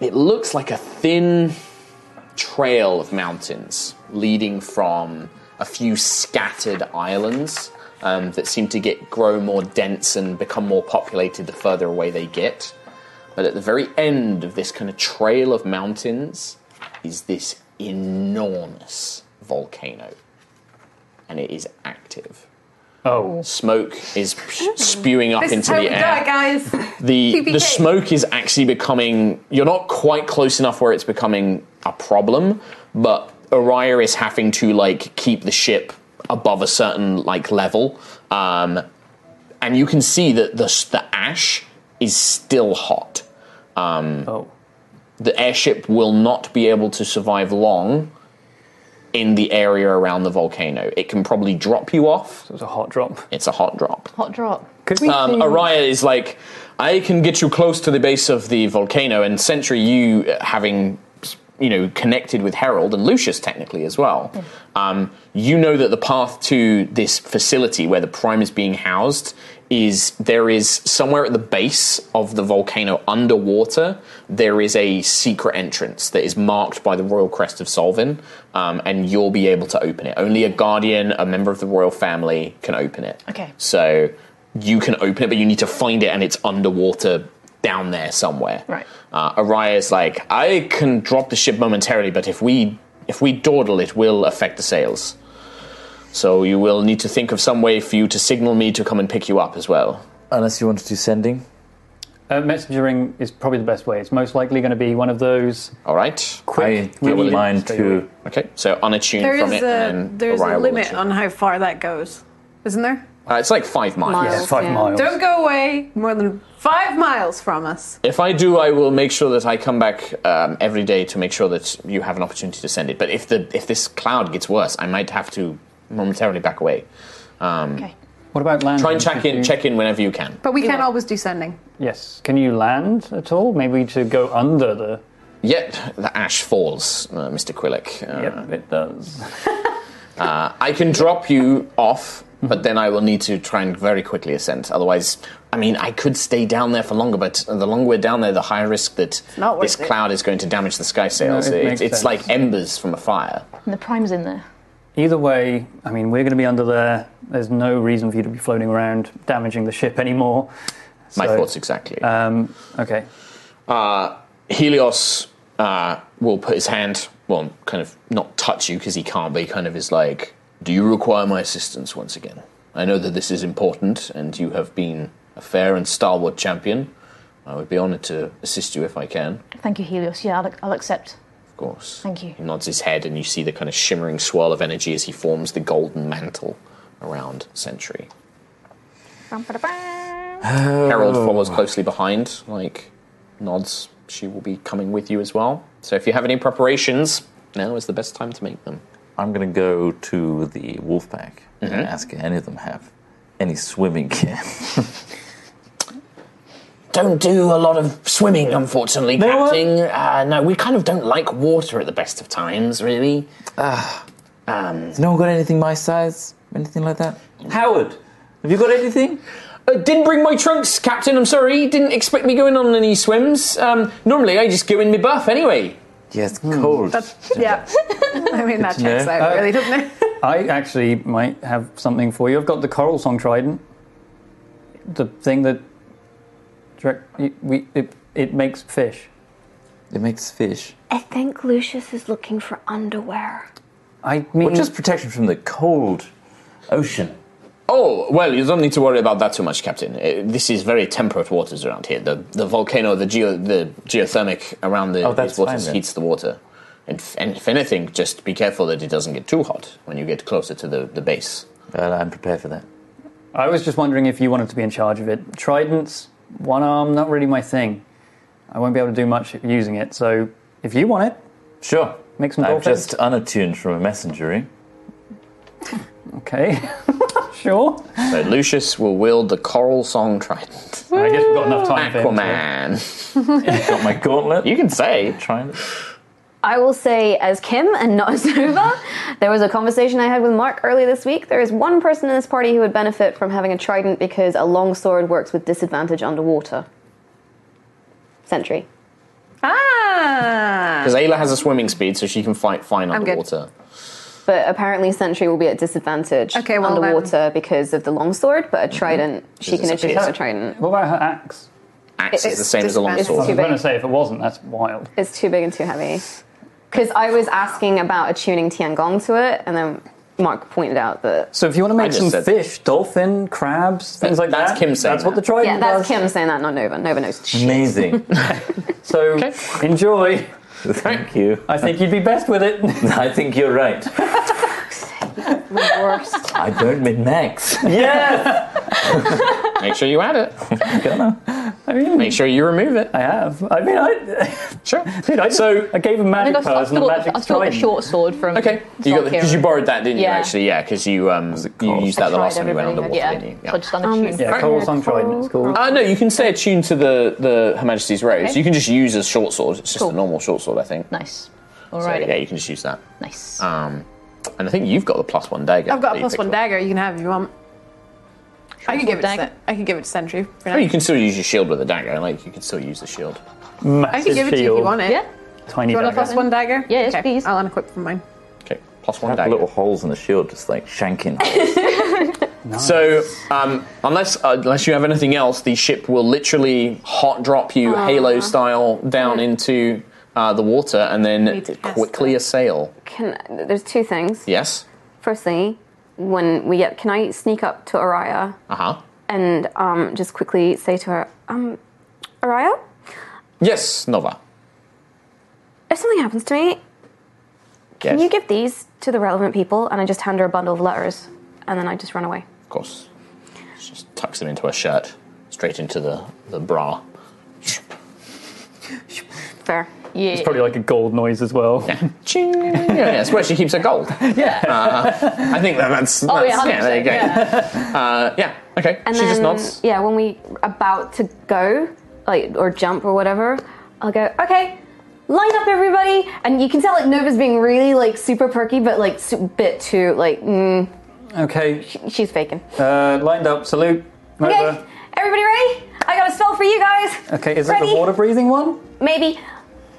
Speaker 6: It looks like a thin trail of mountains leading from a few scattered islands um, that seem to get grow more dense and become more populated the further away they get. But at the very end of this kind of trail of mountains is this enormous volcano. And it is active.
Speaker 7: Oh.
Speaker 6: Smoke is p- spewing up
Speaker 10: this is
Speaker 6: into
Speaker 10: how
Speaker 6: the
Speaker 10: we die,
Speaker 6: air.
Speaker 10: guys.
Speaker 6: The,
Speaker 10: TPK.
Speaker 6: the smoke is actually becoming. You're not quite close enough where it's becoming a problem, but Orion is having to like keep the ship above a certain like level, um, and you can see that the s- the ash is still hot. Um,
Speaker 7: oh.
Speaker 6: The airship will not be able to survive long in the area around the volcano. It can probably drop you off.
Speaker 7: So it's a hot drop.
Speaker 6: It's a hot drop.
Speaker 11: Hot drop.
Speaker 6: Um, Araya is like, I can get you close to the base of the volcano, and Sentry, you uh, having you know connected with Harold and Lucius technically as well. Um, you know that the path to this facility where the prime is being housed is there is somewhere at the base of the volcano underwater there is a secret entrance that is marked by the royal crest of Solvin, um, and you'll be able to open it. Only a guardian, a member of the royal family, can open it.
Speaker 11: Okay.
Speaker 6: So you can open it, but you need to find it, and it's underwater down there somewhere.
Speaker 11: Right.
Speaker 6: Uh, Araya's like, I can drop the ship momentarily, but if we if we dawdle, it will affect the sails. So you will need to think of some way for you to signal me to come and pick you up as well.
Speaker 3: Unless you want to do sending.
Speaker 7: Uh, messaging is probably the best way. It's most likely going to be one of those.
Speaker 6: All right.
Speaker 7: Quick.
Speaker 6: I will
Speaker 7: needed
Speaker 6: mind
Speaker 7: stay
Speaker 6: to. Okay, so unattune
Speaker 10: There
Speaker 6: from
Speaker 10: is
Speaker 6: it,
Speaker 10: a
Speaker 6: and then
Speaker 10: there's
Speaker 6: Araya
Speaker 10: a
Speaker 6: will
Speaker 10: limit
Speaker 6: attune.
Speaker 10: on how far that goes, isn't there?
Speaker 6: Uh, it's like five miles.
Speaker 10: Don't go away more than five miles from us.
Speaker 6: If I do, I will make sure that I come back um, every day to make sure that you have an opportunity to send it. But if the if this cloud gets worse, I might have to momentarily back away. Um, okay.
Speaker 7: What about land?
Speaker 6: Try and check
Speaker 7: Mm-hmm.
Speaker 6: in, check in whenever you can.
Speaker 10: But we can always do sending.
Speaker 7: Yes. Can you land at all? Maybe to go under the.
Speaker 6: Yet the ash falls, uh, Mr. Quillick. Uh,
Speaker 7: Yep, it does.
Speaker 6: uh, I can drop you off, but then I will need to try and very quickly ascend. Otherwise, I mean, I could stay down there for longer, but the longer we're down there, the higher risk that
Speaker 11: not worth
Speaker 6: this
Speaker 11: it.
Speaker 6: cloud is going to damage the sky sails.
Speaker 7: it
Speaker 6: It-
Speaker 7: makes
Speaker 6: it's
Speaker 7: sense.
Speaker 6: like embers from a fire.
Speaker 11: And the prime's in there.
Speaker 7: Either way, I mean, we're going to be under there. There's no reason for you to be floating around damaging the ship anymore.
Speaker 6: My thoughts exactly.
Speaker 7: Um, okay.
Speaker 6: Uh, Helios uh, will put his hand, well, kind of not touch you because he can't, but he kind of is like, Do you require my assistance once again? I know that this is important and you have been a fair and stalwart champion. I would be honored to assist you if I can,
Speaker 11: Thank you, Helios. Yeah, I'll, I'll accept.
Speaker 6: of course.
Speaker 11: Thank you.
Speaker 6: He nods his head and you see the kind of shimmering swirl of energy as he forms the golden mantle around Sentry. Harold
Speaker 3: Oh.
Speaker 6: follows closely behind, like nods. She will be coming with you as well. So if you have any preparations, now is the best time to make them.
Speaker 3: I'm going to go to the wolf pack and
Speaker 7: Mm-hmm.
Speaker 6: Mhm.
Speaker 3: ask if any of them have any swimming gear.
Speaker 6: Don't do a lot of swimming, unfortunately, Captain. Uh, no, we kind of don't like water at the best of times, really. um,
Speaker 3: Has no one got anything my size? Anything like that? Howard, have you got anything?
Speaker 6: Uh, didn't bring my trunks, Captain. I'm sorry. Didn't expect me going on any swims. Um, normally, I just go in my buff anyway.
Speaker 3: Yes,
Speaker 7: Hmm.
Speaker 3: cold.
Speaker 10: Yeah. I mean, that
Speaker 7: to know.
Speaker 10: checks out,
Speaker 7: Uh,
Speaker 10: really, doesn't it?
Speaker 7: I actually might have something for you. I've got the Coral Song Trident. The thing that direct we it, it makes fish.
Speaker 3: It makes fish.
Speaker 8: I think Lucius is looking for underwear.
Speaker 7: I mean,
Speaker 3: well, just protection from the cold ocean.
Speaker 6: Oh, well, you don't need to worry about that too much, Captain. Uh, this is very temperate waters around here. The, the volcano, the, geo, the geothermic around the,
Speaker 3: Oh, that's
Speaker 6: these waters
Speaker 3: fine then.
Speaker 6: heats the water. And if, and if anything, just be careful that it doesn't get too hot when you get closer to the, the base.
Speaker 3: Well, I'm prepared for that.
Speaker 7: I was just wondering if you wanted to be in charge of it. Tridents, one arm, not really my thing. I won't be able to do much using it. So if you want it,
Speaker 3: sure,
Speaker 7: make some
Speaker 3: I've
Speaker 7: dolphins.
Speaker 3: just unattuned from a messengering.
Speaker 7: Okay, sure.
Speaker 6: So Lucius will wield the Coral Song Trident.
Speaker 7: I guess we've got enough time. for him to-
Speaker 6: Aquaman. got my gauntlet. You can say. Trying.
Speaker 8: I will say, as Kim and not as Nova, there was a conversation I had with Mark earlier this week. There is one person in this party who would benefit from having a trident because a long sword works with disadvantage underwater. Sentry.
Speaker 10: Ah!
Speaker 6: Because Ayla has a swimming speed, so she can fight fine
Speaker 8: I'm good.
Speaker 6: underwater.
Speaker 8: But apparently, Sentry will be at disadvantage
Speaker 10: Okay, well then.
Speaker 8: underwater because of the longsword, but a trident, she can
Speaker 6: it's Mm-hmm. a
Speaker 8: introduce
Speaker 6: piece.
Speaker 8: a trident.
Speaker 7: What about her axe?
Speaker 6: Axe is the same as a long
Speaker 8: disadvantage.
Speaker 7: I
Speaker 8: It's too
Speaker 6: sword.
Speaker 7: was going to
Speaker 8: big.
Speaker 7: say if it wasn't, that's wild.
Speaker 8: It's too big and too heavy. Because I was asking about attuning Tiangong to it, and then Mark pointed out that.
Speaker 7: So if you want to
Speaker 8: I
Speaker 7: make
Speaker 8: just
Speaker 7: some
Speaker 8: said-
Speaker 7: fish, dolphin, crabs, things like that.
Speaker 6: that's Kim saying
Speaker 7: That's what the
Speaker 6: that.
Speaker 7: trident
Speaker 8: Yeah, that's
Speaker 7: does.
Speaker 8: Kim saying that, not Nova. Nova knows.
Speaker 3: Amazing.
Speaker 7: so enjoy.
Speaker 3: Thank you.
Speaker 7: I think you'd be best with it.
Speaker 3: I think you're right. I don't min max.
Speaker 7: yes.
Speaker 6: Make sure you add it.
Speaker 7: I mean,
Speaker 6: Make sure you remove it.
Speaker 7: I have. I mean, I
Speaker 6: sure.
Speaker 7: Dude, I, so, I gave a magic
Speaker 11: I, think I, I,
Speaker 7: person a
Speaker 11: stole,
Speaker 7: magic
Speaker 11: I stole a
Speaker 7: trident.
Speaker 11: short sword from.
Speaker 6: Okay, you got because you borrowed that, didn't
Speaker 11: Yeah.
Speaker 6: you? Actually, yeah, because you um you used that the last time you went underwater,
Speaker 11: Yeah.
Speaker 6: didn't you? Yeah.
Speaker 11: So I just unattuned.
Speaker 7: yeah, coral song trident. It's called.
Speaker 6: Uh, no, you can stay attuned to the the Her Majesty's rays.
Speaker 11: Okay.
Speaker 6: You can just use a short sword. It's just
Speaker 11: Cool.
Speaker 6: a normal short sword, I think.
Speaker 11: Nice. Alrighty.
Speaker 6: So, yeah, you can just use that.
Speaker 11: Nice.
Speaker 6: Um, and I think you've got the plus one dagger.
Speaker 10: I've got
Speaker 6: that
Speaker 10: a
Speaker 6: you
Speaker 10: plus
Speaker 6: picked
Speaker 10: one
Speaker 6: up.
Speaker 10: dagger. You can have if you want. I could give it. To,
Speaker 11: Dagger.
Speaker 10: Sen- I could give it to Sentry. For
Speaker 6: I
Speaker 10: now.
Speaker 6: mean, Oh, you can still use your shield with a dagger. Like you can still use the shield.
Speaker 10: I could give it to you if you want it.
Speaker 6: Tiny
Speaker 10: Do you want a plus one dagger? Yeah,
Speaker 11: yes,
Speaker 10: please. I'll unequip from mine.
Speaker 6: Okay, plus one
Speaker 3: Have
Speaker 6: dagger.
Speaker 3: Little holes in the shield, just like shanking.
Speaker 6: So, um, unless uh, unless you have anything else, the ship will literally hot drop you
Speaker 8: Ah.
Speaker 6: Halo style down into uh, the water and then
Speaker 8: Need to cast
Speaker 6: quickly assail.
Speaker 8: Can there's two things.
Speaker 6: Yes.
Speaker 8: Firstly, when we get, can I sneak up to Araya
Speaker 6: Uh huh.
Speaker 8: and um, just quickly say to her, um, Araya,
Speaker 6: Yes, Nova.
Speaker 8: if something happens to me, can
Speaker 6: Yes.
Speaker 8: you give these to the relevant people? And I just hand her a bundle of letters, and then I just run away.
Speaker 6: Of course. She just tucks them into her shirt, straight into the, the bra.
Speaker 8: Fair.
Speaker 11: Yeah.
Speaker 7: It's probably like a gold noise as well.
Speaker 6: Ching. Yeah, yeah, it's where she keeps her gold. Yeah. Uh, I think that, that's,
Speaker 8: Oh, yeah,
Speaker 6: that's- there you go. Uh, yeah, okay.
Speaker 8: And
Speaker 6: she
Speaker 8: then,
Speaker 6: just nods.
Speaker 8: yeah, when we about to go, like or jump or whatever, I'll go. Okay, line up, everybody, and you can tell like Nova's being really like super perky, but like su- bit too like mm,
Speaker 7: Okay.
Speaker 8: she's faking.
Speaker 7: Uh, lined up, salute.
Speaker 8: Okay,
Speaker 7: Over.
Speaker 8: everybody ready? I got a spell for you guys.
Speaker 7: Okay, is it
Speaker 8: Ready?
Speaker 7: the water breathing one?
Speaker 8: Maybe,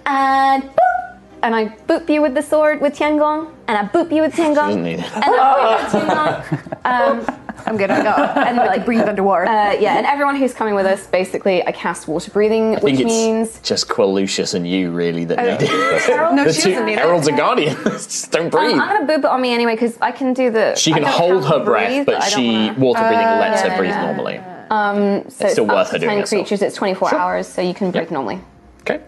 Speaker 8: and boop, and I boop you with the sword with Tiangong, and I boop you with Tiangong.
Speaker 6: need it.
Speaker 8: And I point at Tiangong. Um, I'm good. I got and like breathe underwater. Uh, yeah, and everyone who's coming with us, basically, I cast water breathing,
Speaker 6: I
Speaker 8: which
Speaker 6: think it's
Speaker 8: means
Speaker 6: just Quellucius and you really that
Speaker 8: I
Speaker 6: need
Speaker 8: don't-
Speaker 6: it.
Speaker 8: Harold- No,
Speaker 6: the
Speaker 8: she
Speaker 6: two
Speaker 8: doesn't need it.
Speaker 6: heralds and guardians just don't
Speaker 8: Um,
Speaker 6: breathe.
Speaker 8: I'm gonna boob it on me anyway because I can do the.
Speaker 6: she
Speaker 8: I
Speaker 6: can
Speaker 8: don't
Speaker 6: hold
Speaker 8: count
Speaker 6: her breath,
Speaker 8: breathe,
Speaker 6: but
Speaker 8: I don't
Speaker 6: she
Speaker 8: wanna- Uh,
Speaker 6: water breathing lets her
Speaker 8: Yeah,
Speaker 6: breathe
Speaker 8: yeah.
Speaker 6: normally.
Speaker 8: Um, so
Speaker 6: It's
Speaker 8: it's
Speaker 6: still
Speaker 8: up
Speaker 6: worth
Speaker 8: to
Speaker 6: her doing
Speaker 8: ten
Speaker 6: it herself.
Speaker 8: creatures. It's 24 hours, so you can breathe normally.
Speaker 6: Okay.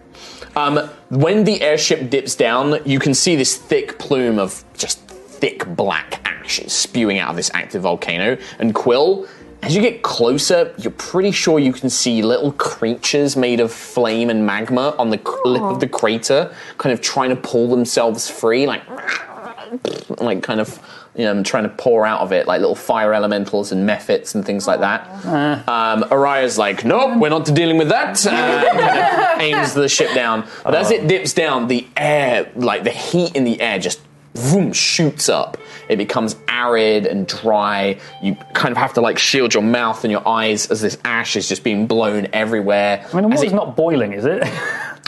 Speaker 6: Um, when the airship dips down, you can see this thick plume of just thick black ash spewing out of this active volcano. And Quill, as you get closer, you're pretty sure you can see little creatures made of flame and magma on the cr- lip of the crater, kind of trying to pull themselves free, like like kind of you know, trying to pour out of it, like little fire elementals and mephits and things like that. Um, Araya's like, nope, we're not dealing with that. And aims the ship down. But as it dips down, the air, like the heat in the air, just vroom, shoots up. It becomes arid and dry. You kind of have to like shield your mouth and your eyes as this ash is just being blown everywhere.
Speaker 7: I mean, the water's not boiling, is it?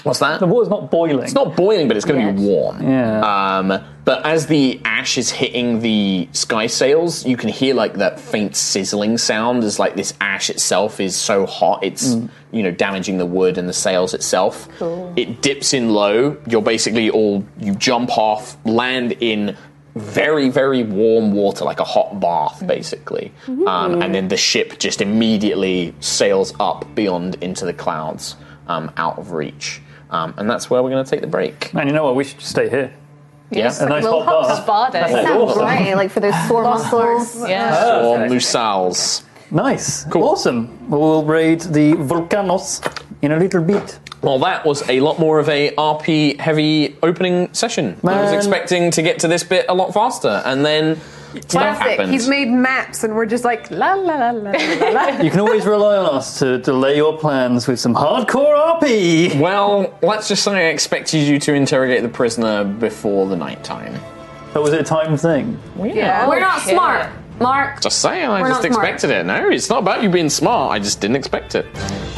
Speaker 6: What's that?
Speaker 7: The water's not boiling. It's
Speaker 6: not boiling, but it's going to be warm. Yeah. Um, but as the ash is hitting the sky sails, you can hear like that faint sizzling sound. As like this ash itself is so hot, it's
Speaker 12: Mm.
Speaker 6: you know damaging the wood and the sails itself. It dips in low. You're basically all you jump off, land in very very warm water, like a hot bath, basically. Um, and then the ship just immediately sails up beyond into the clouds, um, out of reach. Um, and that's where we're going to take the break.
Speaker 7: Man, you know what? We should just stay here.
Speaker 6: Yeah,
Speaker 7: a nice hot bar. That's
Speaker 8: That sounds
Speaker 7: awesome.
Speaker 8: great, like for those sore muscles.
Speaker 6: Or
Speaker 7: Perfect.
Speaker 6: Musals.
Speaker 7: Nice. Cool. Awesome. Well, we'll raid the volcanoes in a little bit.
Speaker 6: Well, that was a lot more of a RP heavy opening session. I was
Speaker 7: Man.
Speaker 6: expecting to get to this bit a lot faster, and then stuff
Speaker 10: Classic.
Speaker 6: happened.
Speaker 10: He's made maps, and we're just like la la la la la. la.
Speaker 7: You can always rely on us to delay your plans with some hardcore RP.
Speaker 6: Well, let's just say I expected you to interrogate the prisoner before the night time.
Speaker 7: That was it a time thing?
Speaker 8: Yeah, we're not
Speaker 6: Okay.
Speaker 8: smart, Mark.
Speaker 6: Just saying, I
Speaker 8: We're
Speaker 6: just
Speaker 8: not smart.
Speaker 6: expected it. No, it's not about you being smart. I just didn't expect it.